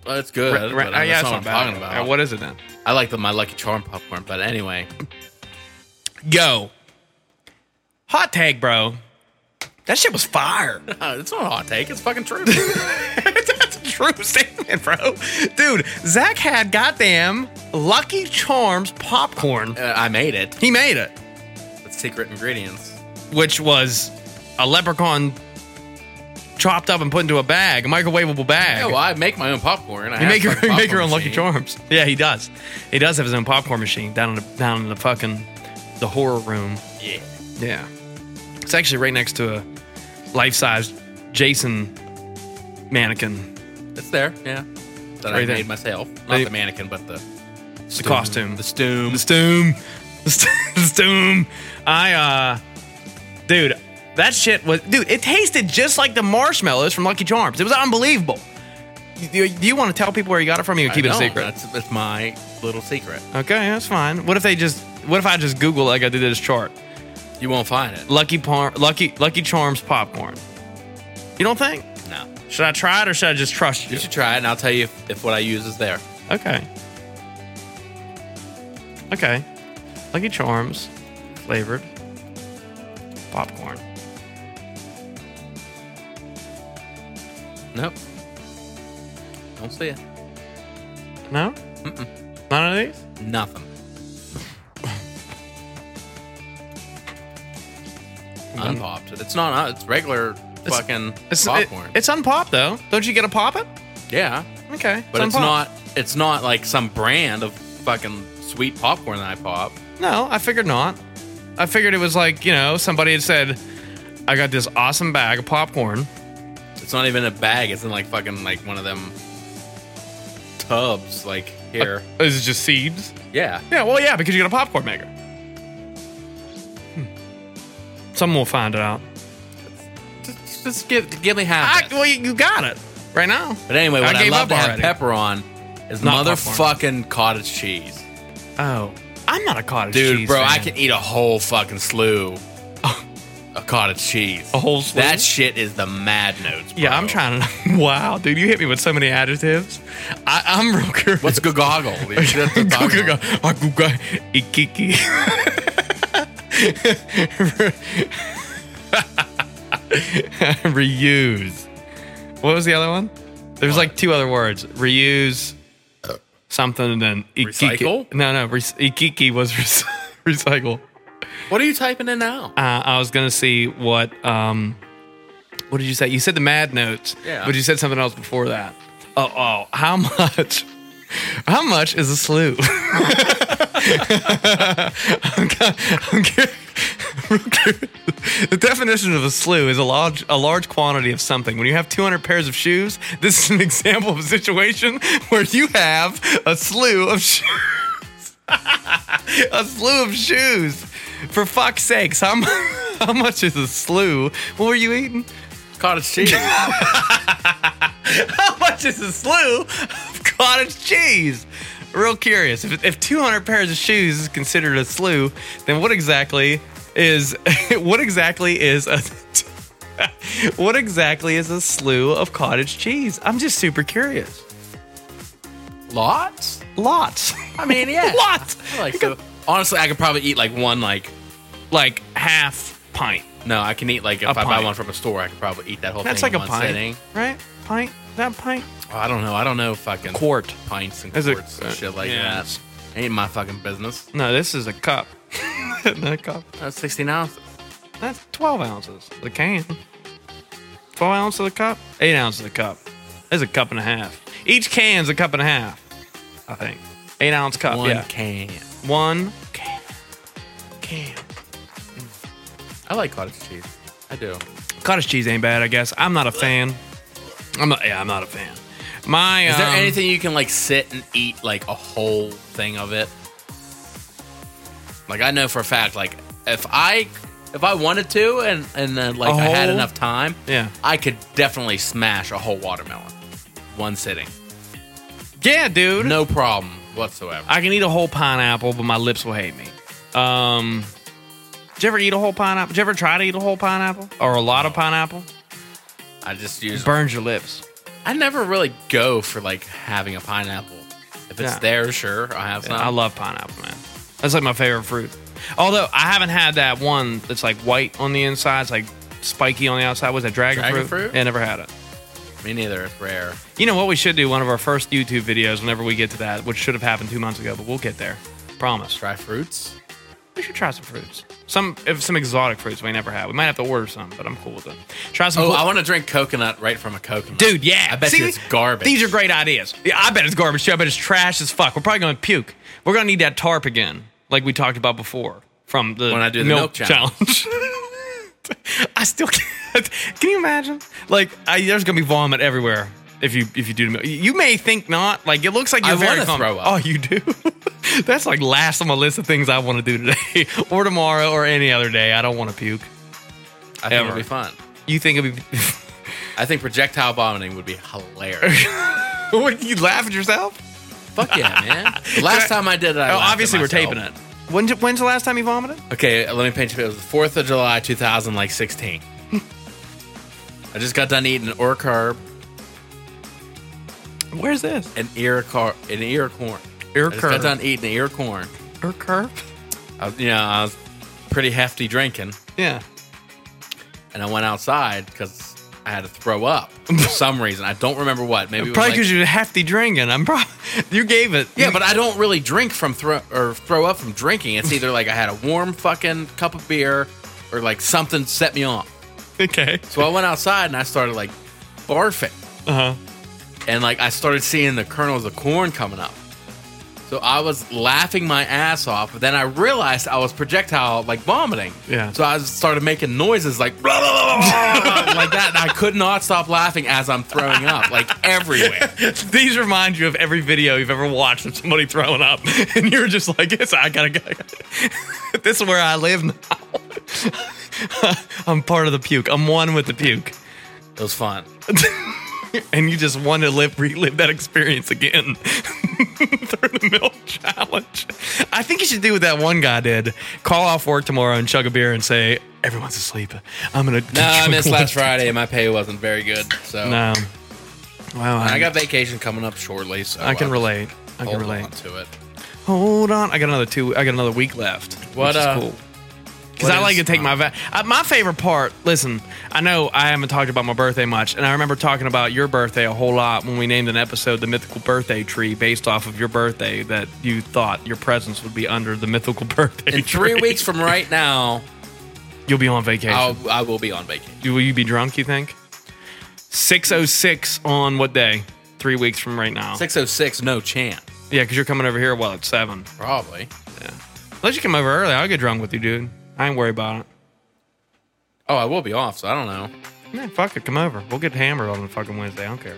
Speaker 2: Well, it's good.
Speaker 1: Ra-
Speaker 2: Uh, but
Speaker 1: ra- yeah,
Speaker 2: that's
Speaker 1: it's
Speaker 2: not what I'm
Speaker 1: not
Speaker 2: talking
Speaker 1: bad.
Speaker 2: about.
Speaker 1: Yeah, what is it then?
Speaker 2: I like the my Lucky Charm popcorn, but anyway, [LAUGHS]
Speaker 1: Go. Hot tag, bro. That shit was fire. [LAUGHS]
Speaker 2: Uh, it's not a hot take. It's fucking true.
Speaker 1: That's a true [LAUGHS] statement, bro. Dude, Zach had goddamn Lucky Charms popcorn.
Speaker 2: Uh, I made it.
Speaker 1: He made it,
Speaker 2: It's secret ingredients.
Speaker 1: which was a leprechaun chopped up and put into a bag, a microwavable bag.
Speaker 2: Yeah, well, I make my own popcorn. I
Speaker 1: you
Speaker 2: have
Speaker 1: make your, [LAUGHS]
Speaker 2: fucking
Speaker 1: you make your own
Speaker 2: popcorn
Speaker 1: Lucky
Speaker 2: machine.
Speaker 1: Charms. Yeah, he does. He does have his own popcorn machine down in the, down in the fucking the horror room.
Speaker 2: Yeah.
Speaker 1: Yeah. It's actually right next to a life size Jason mannequin.
Speaker 2: It's there. Yeah. That I
Speaker 1: Right there.
Speaker 2: made myself. Not
Speaker 1: They-
Speaker 2: the mannequin, but the
Speaker 1: The costume.
Speaker 2: The
Speaker 1: The
Speaker 2: stoom.
Speaker 1: stoom. The st- [LAUGHS] the stoom. I, uh, dude, that shit was, dude, it tasted just like the marshmallows from Lucky Charms. It was unbelievable. Do you, do you want to tell people where you got it from? Or you
Speaker 2: I
Speaker 1: keep it a
Speaker 2: don't.
Speaker 1: secret?
Speaker 2: That's, that's my little secret.
Speaker 1: okay, that's fine. What if they just, what if I just Google like I did this chart?
Speaker 2: You won't find it.
Speaker 1: Lucky, par- Lucky, Lucky Charms popcorn. You don't think?
Speaker 2: No.
Speaker 1: Should I try it or should I just trust
Speaker 2: You should try it, and I'll tell you if, if what I use is there.
Speaker 1: Okay. Okay. Lucky Charms, flavored popcorn.
Speaker 2: Nope. Don't see it.
Speaker 1: No? Mm-mm. None of these? [LAUGHS]
Speaker 2: Nothing. Unpopped. It's not. uh, It's regular fucking
Speaker 1: Mm-hmm. It's,
Speaker 2: popcorn.
Speaker 1: It, it's unpopped though. Don't you get a pop it?
Speaker 2: yeah,
Speaker 1: Okay.
Speaker 2: but it's
Speaker 1: unpopped.
Speaker 2: not. It's not like some brand of fucking sweet popcorn that I pop.
Speaker 1: No, I figured not. I figured it was like, you know, somebody had said, I got this awesome bag of popcorn.
Speaker 2: It's not even a bag. It's in like fucking like one of them tubs. Like here.
Speaker 1: [LAUGHS] Is it just seeds?
Speaker 2: yeah.
Speaker 1: Yeah, well, yeah, because you got a popcorn maker. Hmm. Someone will find it out.
Speaker 2: Just, just give give me
Speaker 1: I,
Speaker 2: half. it.
Speaker 1: well, you, you got it right now.
Speaker 2: but anyway, what I,
Speaker 1: gave
Speaker 2: love
Speaker 1: up
Speaker 2: to have
Speaker 1: already.
Speaker 2: pepper on is
Speaker 1: Not popcorn.
Speaker 2: motherfucking cottage cheese.
Speaker 1: Oh, I'm not a cottage
Speaker 2: Dude,
Speaker 1: cheese
Speaker 2: bro,
Speaker 1: fan.
Speaker 2: I can eat a whole fucking [LAUGHS] slew of cottage cheese.
Speaker 1: a whole slew?
Speaker 2: That shit is the mad notes, bro.
Speaker 1: Yeah, I'm trying to. [LAUGHS] Wow, dude, you hit me with so many adjectives. I, I'm real curious.
Speaker 2: What's [LAUGHS] goggle? That's what
Speaker 1: [LAUGHS]
Speaker 2: I'm talking
Speaker 1: Google-
Speaker 2: about.
Speaker 1: I Google Ikiki. [LAUGHS] Reuse. What was the other one? There was like two other words. Reuse something and then Ikiki.
Speaker 2: Uh, Recycle?
Speaker 1: No, no. Re- Ikiki was rec- [LAUGHS] recycle.
Speaker 2: What are you typing in now?
Speaker 1: uh, I was gonna see what um, what did you say? You said the mad notes,
Speaker 2: Yeah.
Speaker 1: But you said something else before that. Oh, oh, how much? How much is a [LAUGHS] slew? I'm cu- I'm cu- I'm cu- the definition of a slew is a large a large quantity of something. When you have 200 pairs of shoes, this is an [LAUGHS] example of a situation where you have a slew of shoes a slew of shoes. For fuck's sakes, how, mu- [LAUGHS] how much is a slew? What were you eating?
Speaker 2: Cottage
Speaker 1: [LAUGHS]
Speaker 2: cheese.
Speaker 1: How much is a slew of cottage cheese? Real curious. If, if 200 pairs of shoes is considered a slew, then what exactly is [LAUGHS] what exactly is a [LAUGHS] what exactly is a slew of cottage cheese? I'm just super curious.
Speaker 2: [LAUGHS] Lots?
Speaker 1: Lots, [LAUGHS]
Speaker 2: I mean, [LAUGHS] yeah.
Speaker 1: lots.
Speaker 2: Like, so, honestly, I could probably eat like one, like,
Speaker 1: Like half pint.
Speaker 2: no, I can eat like if
Speaker 1: A
Speaker 2: I buy
Speaker 1: pint.
Speaker 2: one from a store, I could probably eat that whole
Speaker 1: That's
Speaker 2: thing
Speaker 1: like
Speaker 2: in
Speaker 1: a
Speaker 2: one
Speaker 1: pint,
Speaker 2: sitting.
Speaker 1: right? Pint. Is that a pint?
Speaker 2: Oh, I don't know. I don't know fucking
Speaker 1: Quart.
Speaker 2: pints and
Speaker 1: Is it-
Speaker 2: quarts and shit like
Speaker 1: yeah.
Speaker 2: that. Ain't my fucking business.
Speaker 1: No, this is a cup. [LAUGHS] Not a cup.
Speaker 2: That's 16 ounces.
Speaker 1: That's 12 ounces. The can. 12 ounces of the cup. 8 ounces of the cup. There's a cup and a half. Each can's a cup and a half, I think. 8 ounce cup.
Speaker 2: One
Speaker 1: yeah.
Speaker 2: can.
Speaker 1: One can. Can.
Speaker 2: I like cottage cheese. I do.
Speaker 1: Cottage cheese ain't bad, I guess. I'm not a fan. I'm not, yeah, I'm not a fan. My,
Speaker 2: Is there
Speaker 1: um,
Speaker 2: anything you can like sit and eat like a whole thing of it? Like I know for a fact, like if I if I wanted to and and then like
Speaker 1: A
Speaker 2: I had
Speaker 1: whole?
Speaker 2: enough time,
Speaker 1: Yeah.
Speaker 2: I could definitely smash a whole watermelon, one sitting,
Speaker 1: Yeah, dude.
Speaker 2: no problem whatsoever.
Speaker 1: I can eat a whole pineapple, but my lips will hate me. Um, did you ever eat a whole pineapple? Did you ever try to eat a whole pineapple or a lot of pineapple?
Speaker 2: I just use.
Speaker 1: Burns your lips.
Speaker 2: I never really go for like having a pineapple. If it's
Speaker 1: Yeah.
Speaker 2: there, sure, I have some.
Speaker 1: I love pineapple, man. That's like my favorite fruit. Although I haven't had that one that's like white on the inside, it's like spiky on the outside. Was that dragon,
Speaker 2: Dragon fruit?
Speaker 1: Yeah, I never had it.
Speaker 2: Me neither. It's rare.
Speaker 1: You know what we should do? One of our first YouTube videos, whenever we get to that, which should have happened two months ago, but we'll get there. Promise.
Speaker 2: Dry
Speaker 1: Oh,
Speaker 2: fruits. Oh,
Speaker 1: We should try some fruits. Some if some exotic fruits we never had. We might have to order some, but I'm cool with it. Try some.
Speaker 2: Oh,
Speaker 1: cool-
Speaker 2: I want to drink coconut right from a coconut.
Speaker 1: Dude, yeah.
Speaker 2: I bet
Speaker 1: See,
Speaker 2: you it's garbage.
Speaker 1: These are great ideas. Yeah, I bet it's garbage too. I bet it's trash as fuck. We're probably going to puke. We're going to need that tarp again, like we talked about before from the
Speaker 2: When I do the milk
Speaker 1: challenge. [LAUGHS] I still can't. Can you imagine? Like, I, there's going to be vomit everywhere if you if you do the milk. You may think not. Like, it looks like
Speaker 2: I
Speaker 1: you're very
Speaker 2: wanna
Speaker 1: com-
Speaker 2: throw up.
Speaker 1: Oh, you do. [LAUGHS] That's like last on my list of things I want to do today [LAUGHS] or tomorrow or any other day. I don't want to puke.
Speaker 2: I think
Speaker 1: ever.
Speaker 2: it'd be fun.
Speaker 1: You think it'd be? [LAUGHS]
Speaker 2: I think projectile vomiting would be
Speaker 1: [LAUGHS]
Speaker 2: hilarious.
Speaker 1: would you laugh at yourself?
Speaker 2: Fuck yeah, man. The last time I did it, I
Speaker 1: Oh,
Speaker 2: laughed at
Speaker 1: obviously we're
Speaker 2: myself.
Speaker 1: taping it. When's, when's the last time you vomited?
Speaker 2: Okay, let me paint you. It was the Fourth of July, two thousand, like sixteen.
Speaker 1: [LAUGHS]
Speaker 2: I just got done eating an orcarb,
Speaker 1: Where's this?
Speaker 2: an ear car, an ear corn. I just got done eating an ear corn.
Speaker 1: Urker.
Speaker 2: I was, you know, I was pretty hefty drinking,
Speaker 1: Yeah.
Speaker 2: and I went outside because I had to throw up for some reason. I don't remember what. Maybe it was
Speaker 1: Probably
Speaker 2: like-
Speaker 1: because you're hefty drinking. I'm probably [LAUGHS] you gave it.
Speaker 2: Yeah, but I don't really drink from throw or throw up from drinking. It's either like I had a warm fucking cup of beer or like something set me off.
Speaker 1: [LAUGHS] okay.
Speaker 2: So I went outside and I started like barfing.
Speaker 1: Uh huh.
Speaker 2: And like I started seeing the kernels of corn coming up. So I was laughing my ass off, but then I realized I was projectile like vomiting.
Speaker 1: Yeah.
Speaker 2: So I started making noises like [LAUGHS] blah, blah, blah, blah, blah, like that. And I could not stop laughing as I'm throwing up, like
Speaker 1: [LAUGHS]
Speaker 2: everywhere.
Speaker 1: These remind you of every video you've ever watched of somebody throwing up, [LAUGHS] and you're just like, "Yes, I gotta go. [LAUGHS] this is where I live now. [LAUGHS] I'm part of the puke. I'm one with the puke."
Speaker 2: It was fun.
Speaker 1: and you just want to live relive that experience again [LAUGHS] through the milk challenge. I think you should do what that one guy did: call off work tomorrow and chug a beer and say, "Everyone's asleep. I'm gonna."
Speaker 2: No, I
Speaker 1: [LAUGHS]
Speaker 2: missed last Friday and my pay wasn't very good. So
Speaker 1: No. Wow,
Speaker 2: I got vacation coming up shortly, so
Speaker 1: I can
Speaker 2: I'll
Speaker 1: relate. I can
Speaker 2: hold
Speaker 1: relate.
Speaker 2: on to it.
Speaker 1: Hold on. I got another two. I got another week left.
Speaker 2: What,
Speaker 1: Which is
Speaker 2: uh,
Speaker 1: cool. Because
Speaker 2: what
Speaker 1: I like
Speaker 2: is,
Speaker 1: to take my va- uh, my favorite part. Listen, I know I haven't talked about my birthday much, and I remember talking about your birthday a whole lot when we named an episode "The Mythical Birthday Tree" based off of your birthday that you thought your presence would be under the mythical [LAUGHS] birthday.
Speaker 2: In three
Speaker 1: tree.
Speaker 2: weeks Oh. from
Speaker 1: [LAUGHS]
Speaker 2: right now,
Speaker 1: you'll be on vacation.
Speaker 2: I'll, I will be on vacation.
Speaker 1: Will you be drunk? You think? Six oh six on what day? Three weeks from right now.
Speaker 2: Six oh six, no chance.
Speaker 1: Yeah, because you're coming over here. Well, at seven.
Speaker 2: Probably.
Speaker 1: Unless you come over early, I'll get drunk with you, dude. I ain't worried about it.
Speaker 2: Oh, I will be off, so I don't know.
Speaker 1: Yeah, fuck it. Come over. We'll get hammered on fucking Wednesday. I don't care.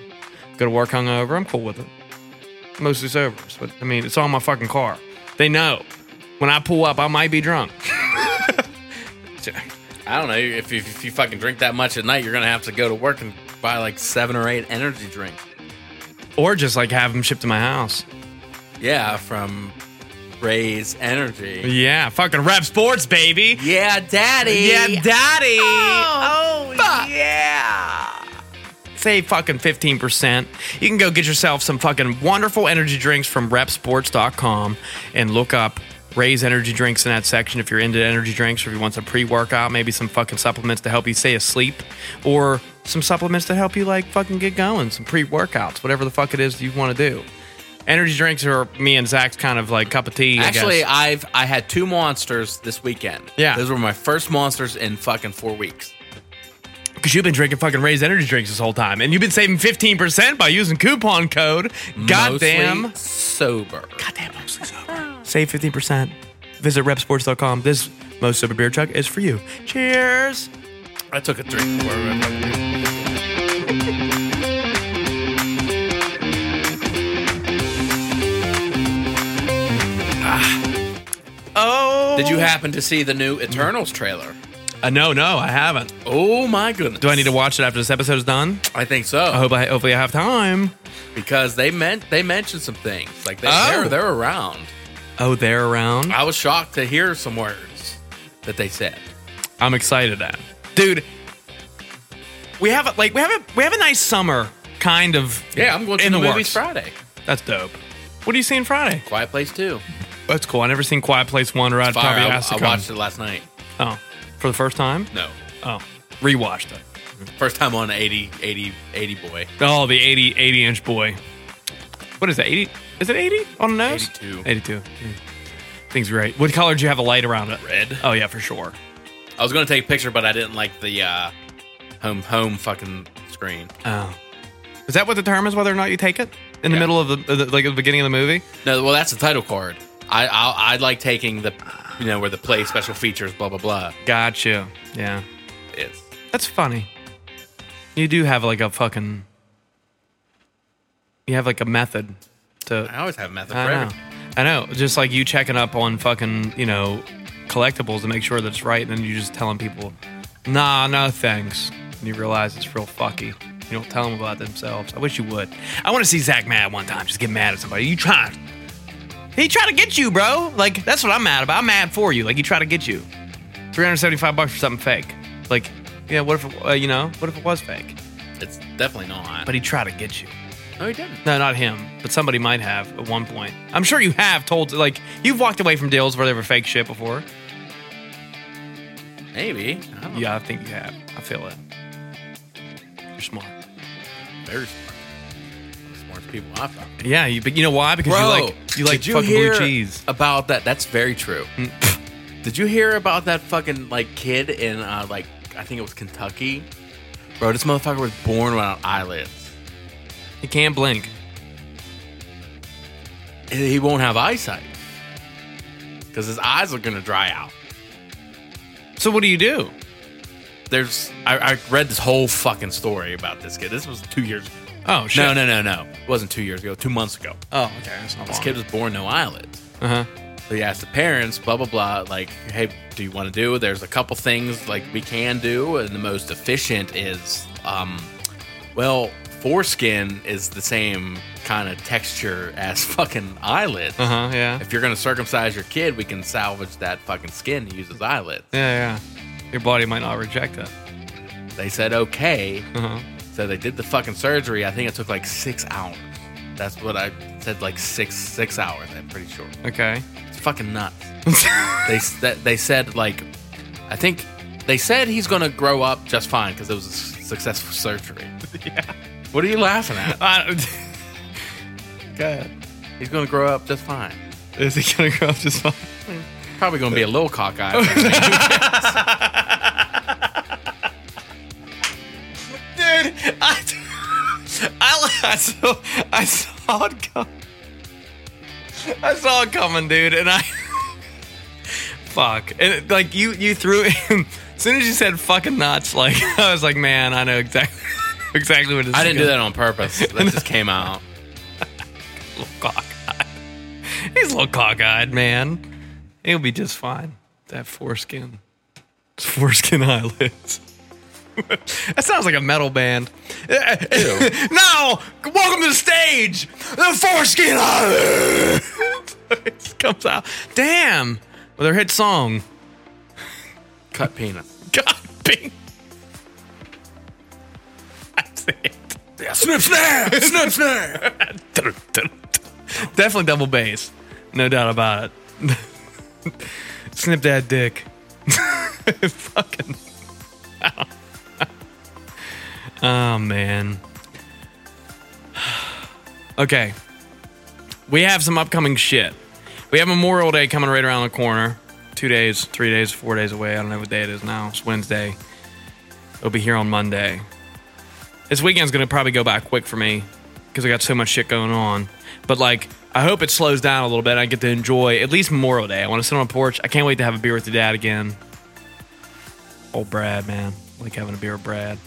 Speaker 1: Go to work hungover. I'm cool with it. Mostly sober. But I mean, it's all in my fucking car. They know. When I pull up, I might be drunk.
Speaker 2: I don't know if you, if you fucking drink that much at night, you're gonna have to go to work and buy like seven or eight energy drinks.
Speaker 1: Or just like have them shipped to my house.
Speaker 2: Yeah, from Ray's Energy.
Speaker 1: Yeah, fucking rep sports, baby.
Speaker 2: Yeah, Daddy.
Speaker 1: Yeah, daddy. Oh, yeah. Save fucking 15%. You can go get yourself some fucking wonderful energy drinks from repsports.com and look up Raise Energy Drinks in that section if you're into energy drinks or if you want some pre workout, maybe some fucking supplements to help you stay asleep or some supplements to help you like fucking get going, some pre workouts, whatever the fuck it is you want to do. Energy drinks are me and Zach's kind of like cup of tea. I
Speaker 2: Actually,
Speaker 1: guess.
Speaker 2: I've I had two monsters this weekend.
Speaker 1: Yeah.
Speaker 2: those were my first monsters in fucking four weeks.
Speaker 1: Because you've been drinking fucking Ray's energy drinks this whole time, and you've been saving fifteen percent by using coupon code. Goddamn,
Speaker 2: Mostly sober.
Speaker 1: goddamn, mostly sober. Save fifteen percent. Visit repsports.com. This most sober beer truck is for you. Cheers.
Speaker 2: I took a drink. before I went up.
Speaker 1: Oh,
Speaker 2: Did you happen to see the new Eternals trailer?
Speaker 1: Uh, no, no, I haven't.
Speaker 2: Oh my goodness!
Speaker 1: Do I need to watch it after this episode is done?
Speaker 2: I think so.
Speaker 1: I hope I hopefully I have time.
Speaker 2: because they meant they mentioned some things like they,
Speaker 1: Oh.
Speaker 2: they're they're around.
Speaker 1: Oh, they're around.
Speaker 2: I was shocked to hear some words that they said.
Speaker 1: I'm excited at. Dude, we have a, like we have a we have a nice summer kind of.
Speaker 2: Yeah, I'm going to
Speaker 1: in
Speaker 2: the,
Speaker 1: the
Speaker 2: movies
Speaker 1: works.
Speaker 2: Friday.
Speaker 1: That's dope. What are you seeing Friday?
Speaker 2: Quiet Place Two.
Speaker 1: That's cool. I never seen Quiet Place One, or I'd
Speaker 2: Fire.
Speaker 1: probably
Speaker 2: I,
Speaker 1: ask to
Speaker 2: I
Speaker 1: come.
Speaker 2: watched it last night.
Speaker 1: Oh, for the first time.
Speaker 2: No,
Speaker 1: Oh, rewatched it.
Speaker 2: first time on 80, 80, 80 boy.
Speaker 1: Oh, the 80 80 inch boy. What is that? 80? Is it 80 on the nose?
Speaker 2: 82.
Speaker 1: 82. Mm. Thing's great. What color do you have a light around it?
Speaker 2: Red.
Speaker 1: Oh yeah, for sure.
Speaker 2: I was going to take a picture, but I didn't like the uh, home home fucking screen.
Speaker 1: Oh. Is that what determines whether or not you take it in the
Speaker 2: Yeah.
Speaker 1: middle of the, of the like at the beginning of the movie?
Speaker 2: No, well that's the title card. I I, I like taking the you know where the play special features blah blah blah.
Speaker 1: Gotcha. Yeah.
Speaker 2: It's
Speaker 1: That's funny. You do have like a fucking. You have like a method
Speaker 2: I
Speaker 1: to.
Speaker 2: always have method for
Speaker 1: I know.
Speaker 2: everything.
Speaker 1: I know. Just like you checking up on fucking, you know, collectibles to make sure that it's right. And then you just telling people, nah, no thanks. And you realize it's real fucky. You don't tell them about themselves. I wish you would. I want to see Zach mad one time. Just get mad at somebody. You trying. He tried to get you, bro. Like, that's what I'm mad about. I'm mad for you. Like, he tried to get you. 375 bucks for something fake. Like, yeah, what if, it, uh, you know, what if it was fake?
Speaker 2: It's definitely not.
Speaker 1: But he tried to get you.
Speaker 2: no, he didn't.
Speaker 1: No, not him, but somebody might have at one point. I'm sure you have told, like, you've walked away from deals where they were fake shit before.
Speaker 2: Maybe. I don't know.
Speaker 1: Yeah, I think you have. I feel it. You're smart.
Speaker 2: Very smart. Smart people I found.
Speaker 1: Yeah, you, but you know why? Because you like you like
Speaker 2: did you
Speaker 1: fucking
Speaker 2: hear
Speaker 1: blue cheese. Mm.
Speaker 2: About that, that's very true. did you hear about that fucking like kid in uh, like I think it was Kentucky? Bro, this motherfucker was born without eyelids.
Speaker 1: You can't blink.
Speaker 2: And He won't have eyesight because his eyes are gonna dry out.
Speaker 1: So what do you do?
Speaker 2: There's I, I read this whole fucking story about this kid. This was two years. Ago.
Speaker 1: Oh shit.
Speaker 2: No, no, no, no. It wasn't two years ago. Two months ago.
Speaker 1: Oh okay. That's not
Speaker 2: This
Speaker 1: long.
Speaker 2: kid was born no eyelids.
Speaker 1: Uh-huh.
Speaker 2: So he asked the parents, blah blah blah, like, hey, do you want to do? There's a couple things like we can do, and the most efficient is, um, well, foreskin is the same kind of texture as [LAUGHS] fucking eyelid.
Speaker 1: Uh huh. Yeah.
Speaker 2: If you're gonna circumcise your kid, we can salvage that fucking skin to use as eyelid.
Speaker 1: Yeah. Yeah. Your body might not reject it.
Speaker 2: They said okay,
Speaker 1: Uh huh.
Speaker 2: so they did the fucking surgery. I think it took like six hours. That's what I said, like six six hours. I'm pretty sure.
Speaker 1: Okay.
Speaker 2: It's fucking nuts. [LAUGHS] they s- that they said like, I think they said he's gonna grow up just fine because it was a s- successful surgery. What are you laughing at?
Speaker 1: I, [LAUGHS]
Speaker 2: God. He's gonna grow up just fine.
Speaker 1: is it gonna grow up just fine?
Speaker 2: Probably gonna be a little cockeyed.
Speaker 1: Dude, I, [LAUGHS] I, I, saw, I saw it come. I saw it coming, dude, and I. [LAUGHS] Fuck. And it, like, you, you threw in. [LAUGHS] As soon as you said fucking nuts, like, [LAUGHS] I was like, man, I know exactly [LAUGHS] exactly what it's
Speaker 2: I didn't do that on purpose. That just came out.
Speaker 1: Little cockeyed. [LAUGHS] He's a little cockeyed, man. He'll be just fine. That foreskin. Foreskin [LAUGHS] eyelids. that sounds like a metal band. [LAUGHS] now, welcome to the stage. The foreskin [LAUGHS] eyelids. [LAUGHS] it comes out. Damn. With her hit song.
Speaker 2: Cut penis.
Speaker 1: God, Bing. That's it.
Speaker 2: Snip snap. Snip snap.
Speaker 1: [LAUGHS] Definitely double bass. No doubt about it. [LAUGHS] Snip that dick. [LAUGHS] Fucking. [LAUGHS] oh, man. Okay. we have some upcoming shit. We have Memorial Day coming right around the corner. Two days, three days, four days away. I don't know what day it is now. It's Wednesday. It'll be here on Monday. This weekend's gonna probably go by quick for me because I got so much shit going on. But like, I hope it slows down a little bit. I get to enjoy at least Memorial Day. I want to sit on a porch. I can't wait to have a beer with the dad again. Old Brad, man, like having a beer with Brad.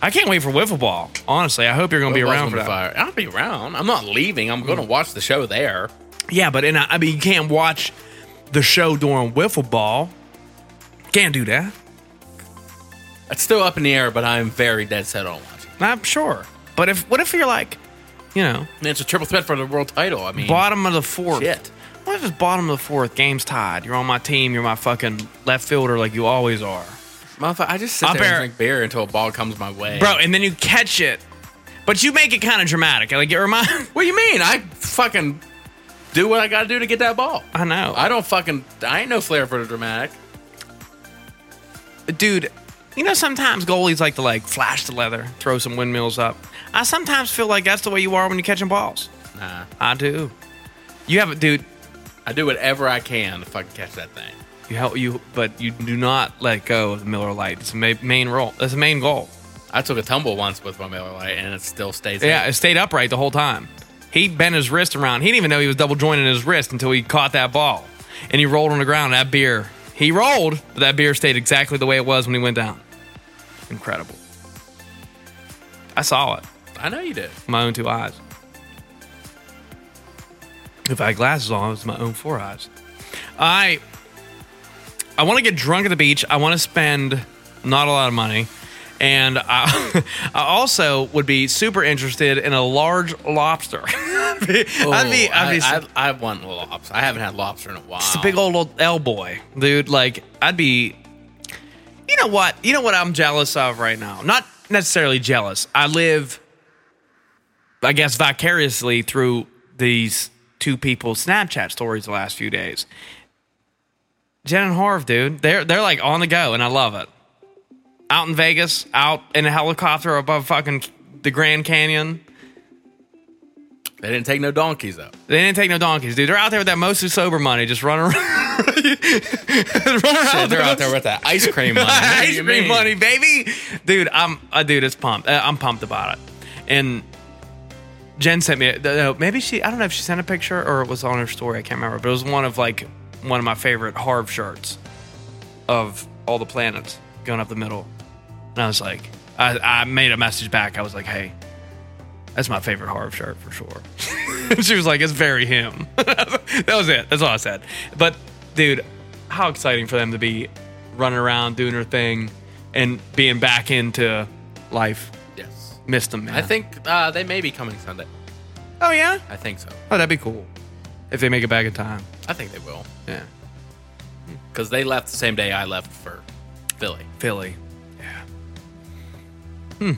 Speaker 1: I can't wait for wiffle ball. Honestly, I hope you're gonna be
Speaker 2: Football's
Speaker 1: around for
Speaker 2: gonna
Speaker 1: that.
Speaker 2: be fire. I'll be around. I'm not leaving. I'm going to watch the show there.
Speaker 1: Yeah, but in a, I mean, you can't watch the show during wiffle ball. Can't do that.
Speaker 2: It's still up in the air, but I'm very dead set on watching.
Speaker 1: I'm sure. But if what if you're like, you know,
Speaker 2: And it's a triple threat for the world title. I mean,
Speaker 1: bottom of the fourth?
Speaker 2: Shit.
Speaker 1: What if it's bottom of the fourth? Game's tied. You're on my team. You're my fucking left fielder, like you always are,
Speaker 2: motherfucker, I just sit
Speaker 1: Up
Speaker 2: there and
Speaker 1: air.
Speaker 2: drink beer until a ball comes my way.
Speaker 1: bro. And then you catch it, but you make it kind of dramatic. Like it reminds.
Speaker 2: what do you mean? I fucking do what I got to do to get that ball.
Speaker 1: [LAUGHS] I know.
Speaker 2: I don't fucking. I ain't no flair for the dramatic.
Speaker 1: dude, you know sometimes goalies like to like flash the leather, throw some windmills up. I sometimes feel like that's the way you are when you're catching balls.
Speaker 2: Nah,
Speaker 1: I do. You have it, dude.
Speaker 2: I do whatever I can to fucking catch that thing.
Speaker 1: You help you, but you do not let go of the Miller Lite. It's the ma- main role. That's the main goal.
Speaker 2: I took a tumble once with my Miller Lite, and it still stays.
Speaker 1: Yeah,
Speaker 2: in.
Speaker 1: it stayed upright the whole time. He bent his wrist around. He didn't even know he was double jointing his wrist until he caught that ball, and he rolled on the ground. That beer, he rolled, but that beer stayed exactly the way it was when he went down. Incredible. I saw it.
Speaker 2: I know you did.
Speaker 1: my own two eyes. If I had glasses on, it was my own four eyes. I I want to get drunk at the beach. I want to spend not a lot of money. And I, [LAUGHS] I also would be super interested in a large lobster. [LAUGHS] I'd be, I'd be,
Speaker 2: Oh,
Speaker 1: I'd be
Speaker 2: I, I, I want lobster. I haven't had lobster in a while.
Speaker 1: it's a big old L boy, dude. Like I'd be, you know what? You know what I'm jealous of right now. Not necessarily jealous. I live, I guess, vicariously through these two people's Snapchat stories the last few days. Jen and Harv, dude, they're they're like on the go, and I love it. Out in Vegas, out in a helicopter above fucking the Grand Canyon.
Speaker 2: They didn't take no donkeys [LAUGHS] though.
Speaker 1: They didn't take no donkeys, dude. They're out there with that mostly sober money, just running around. [LAUGHS] running around
Speaker 2: They're
Speaker 1: with
Speaker 2: out there with that [LAUGHS] ice
Speaker 1: [LAUGHS]
Speaker 2: cream money. What do
Speaker 1: ice
Speaker 2: you
Speaker 1: cream
Speaker 2: mean?
Speaker 1: money, baby. Dude, I'm uh, dude. It's pumped. Uh, I'm pumped about it. And Jen sent me. uh, No, maybe she. I don't know if she sent a picture or it was on her story. I can't remember. But it was one of like one of my favorite Harv shirts of all the planets going up the middle. And I was like, I, I made a message back. I was like, hey, that's my favorite Harv shirt for sure. [LAUGHS] she was like, it's very him. [LAUGHS] that was it. That's all I said. But dude, how exciting for them to be running around doing their thing and being back into life.
Speaker 2: Yes.
Speaker 1: Missed them, man.
Speaker 2: I think uh, they may be coming Sunday.
Speaker 1: Oh yeah.
Speaker 2: I think so.
Speaker 1: Oh, that'd be cool if they make it back in time.
Speaker 2: I think they will
Speaker 1: Yeah.
Speaker 2: because they left the same day I left for Philly.
Speaker 1: Philly. Yeah.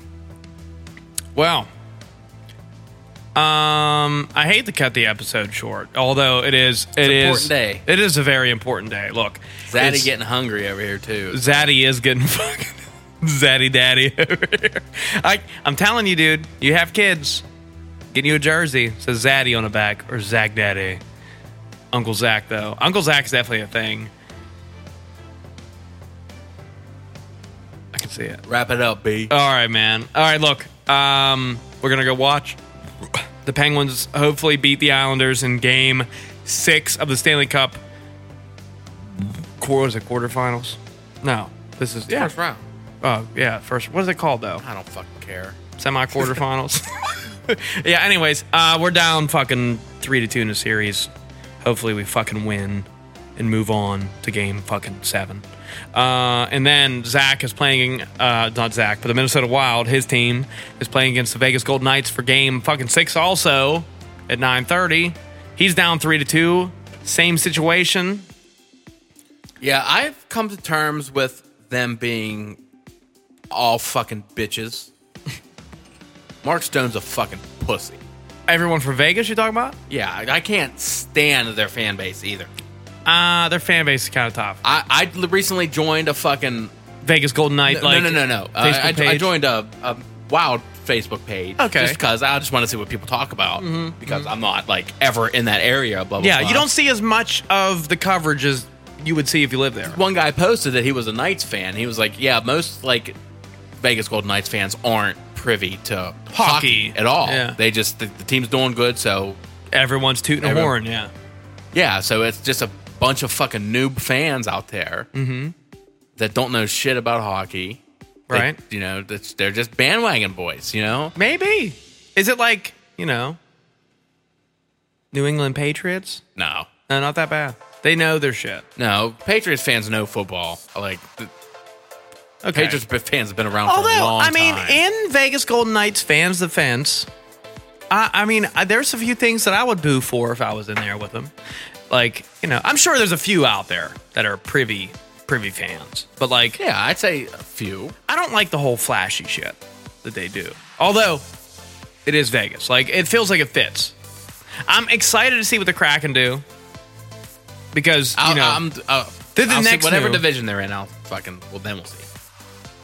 Speaker 1: Hmm. Well, um, I hate to cut the episode short, although it is it
Speaker 2: important
Speaker 1: is-
Speaker 2: day.
Speaker 1: It is a very important day. Look,
Speaker 2: Zaddy
Speaker 1: it's-
Speaker 2: getting hungry over here too.
Speaker 1: Zaddy is getting [LAUGHS] fucking Zaddy Daddy [LAUGHS] over here. I I'm telling you, dude, you have kids. Get you a jersey. It says Zaddy on the back or Zag Daddy. Uncle Zach though. Uncle Zach's definitely a thing. I can see it.
Speaker 2: Wrap it up, B.
Speaker 1: All right, man. All right, look. Um, we're gonna go watch the Penguins. Hopefully, beat the Islanders in Game Six of the Stanley Cup. Quarter was it quarterfinals? No, this is yeah.
Speaker 2: First round.
Speaker 1: Oh yeah, first. What is it called though?
Speaker 2: I don't fucking care.
Speaker 1: Semi quarterfinals. [LAUGHS] yeah. Anyways, uh, we're down fucking three to two in the series. Hopefully, we fucking win and move on to game fucking seven. Uh, and then Zach is playing, uh, not Zach, but the Minnesota Wild. His team is playing against the Vegas Golden Knights for game fucking six, also at nine thirty. He's down three to two. Same situation.
Speaker 2: Yeah, I've come to terms with them being all fucking bitches. [LAUGHS] Mark Stone's a fucking pussy.
Speaker 1: Everyone from Vegas, you talking about?
Speaker 2: Yeah, I I can't stand their fan base either.
Speaker 1: Uh, their fan base is kind of tough.
Speaker 2: I, I l- recently joined a fucking
Speaker 1: Vegas Golden Knight.
Speaker 2: no,
Speaker 1: like
Speaker 2: no no no no. Uh,
Speaker 1: Facebook
Speaker 2: I, I
Speaker 1: page.
Speaker 2: joined a, a wild Facebook page.
Speaker 1: Okay.
Speaker 2: Just because I just want to see what people talk about because I'm not like ever in that area. Blah blah.
Speaker 1: Yeah,
Speaker 2: blah.
Speaker 1: you don't see as much of the coverage as you would see if you lived there.
Speaker 2: One guy posted that he was a Knights fan. He was like, "Yeah, most like Vegas Golden Knights fans aren't privy to
Speaker 1: Hockey.
Speaker 2: hockey, at all.
Speaker 1: Yeah.
Speaker 2: They just the, the team's doing good, so
Speaker 1: Everyone's tooting a
Speaker 2: Everyone-
Speaker 1: horn. Yeah.
Speaker 2: Yeah, so it's just a bunch of fucking noob fans out there
Speaker 1: Mm-hmm.
Speaker 2: that don't know shit about hockey. They-
Speaker 1: Right.
Speaker 2: you know, that's, they're just bandwagon boys, you know?
Speaker 1: Maybe. Is it like, you know, New England Patriots?
Speaker 2: No.
Speaker 1: No, not that bad. They know their shit.
Speaker 2: No, Patriots fans know football. Like, the
Speaker 1: Okay.
Speaker 2: Patriots fans have been around
Speaker 1: Although,
Speaker 2: for a long
Speaker 1: I mean,
Speaker 2: time.
Speaker 1: in Vegas Golden Knights fans' defense, I, I mean, I, there's a few things that I would boo for if I was in there with them. Like, you know, I'm sure there's a few out there that are privy privy fans, but like,
Speaker 2: yeah, I'd say a few.
Speaker 1: I don't like the whole flashy shit that they do. Although it is Vegas, like it feels like it fits. I'm excited to see what the Kraken do because you
Speaker 2: I'll,
Speaker 1: know
Speaker 2: I'm, uh,
Speaker 1: They're the
Speaker 2: I'll see
Speaker 1: next
Speaker 2: whatever
Speaker 1: noob.
Speaker 2: division they're in, I'll fucking, well, then we'll see.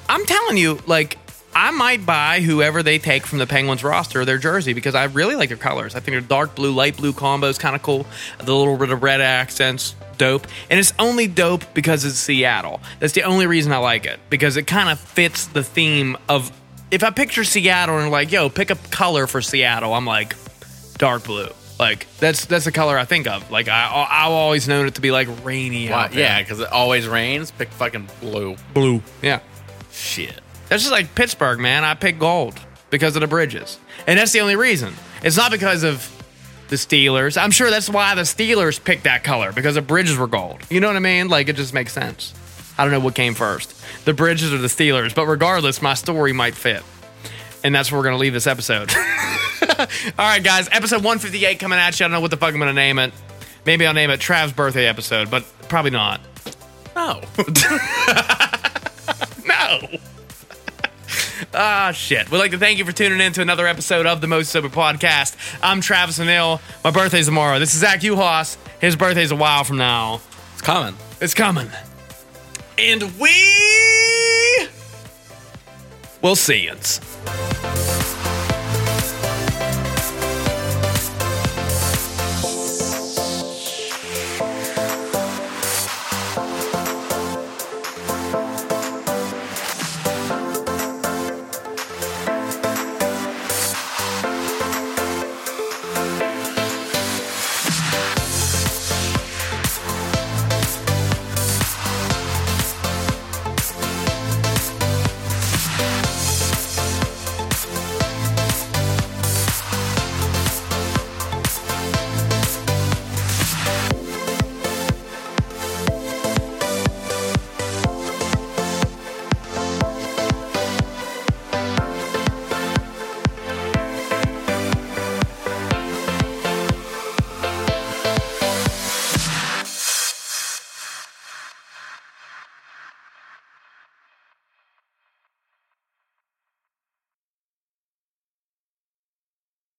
Speaker 1: I'm telling you, like, I might buy whoever they take from the Penguins roster their jersey because I really like their colors. I think their dark blue, light blue combo is kind of cool. The little bit of red accents, dope. And it's only dope because it's Seattle. That's the only reason I like it because it kind of fits the theme of. If I picture Seattle and like, yo, pick a color for Seattle, I'm like, dark blue. Like that's that's the color I think of. Like I I've always known it to be like rainy.
Speaker 2: Why-
Speaker 1: out there.
Speaker 2: yeah, because it always rains. Pick fucking blue.
Speaker 1: blue. Yeah.
Speaker 2: Shit.
Speaker 1: That's just like Pittsburgh, man. I pick gold because of the bridges. And that's the only reason. It's not because of the Steelers. I'm sure that's why the Steelers picked that color because the bridges were gold. You know what I mean? Like it just makes sense. I don't know what came first, the bridges or the Steelers, but regardless, my story might fit. And that's where we're going to leave this episode. [LAUGHS] All right, guys, episode 158 coming at you. I don't know what the fuck I'm going to name it. Maybe I'll name it Trav's birthday episode, but probably not.
Speaker 2: No.
Speaker 1: No. [LAUGHS] Ah, shit. We'd like to thank you for tuning in to another episode of the Most Sober Podcast. I'm Travis Anil. My birthday's tomorrow. This is Zach Uhas. His birthday's a while from now.
Speaker 2: it's coming.
Speaker 1: It's coming. And we will see you.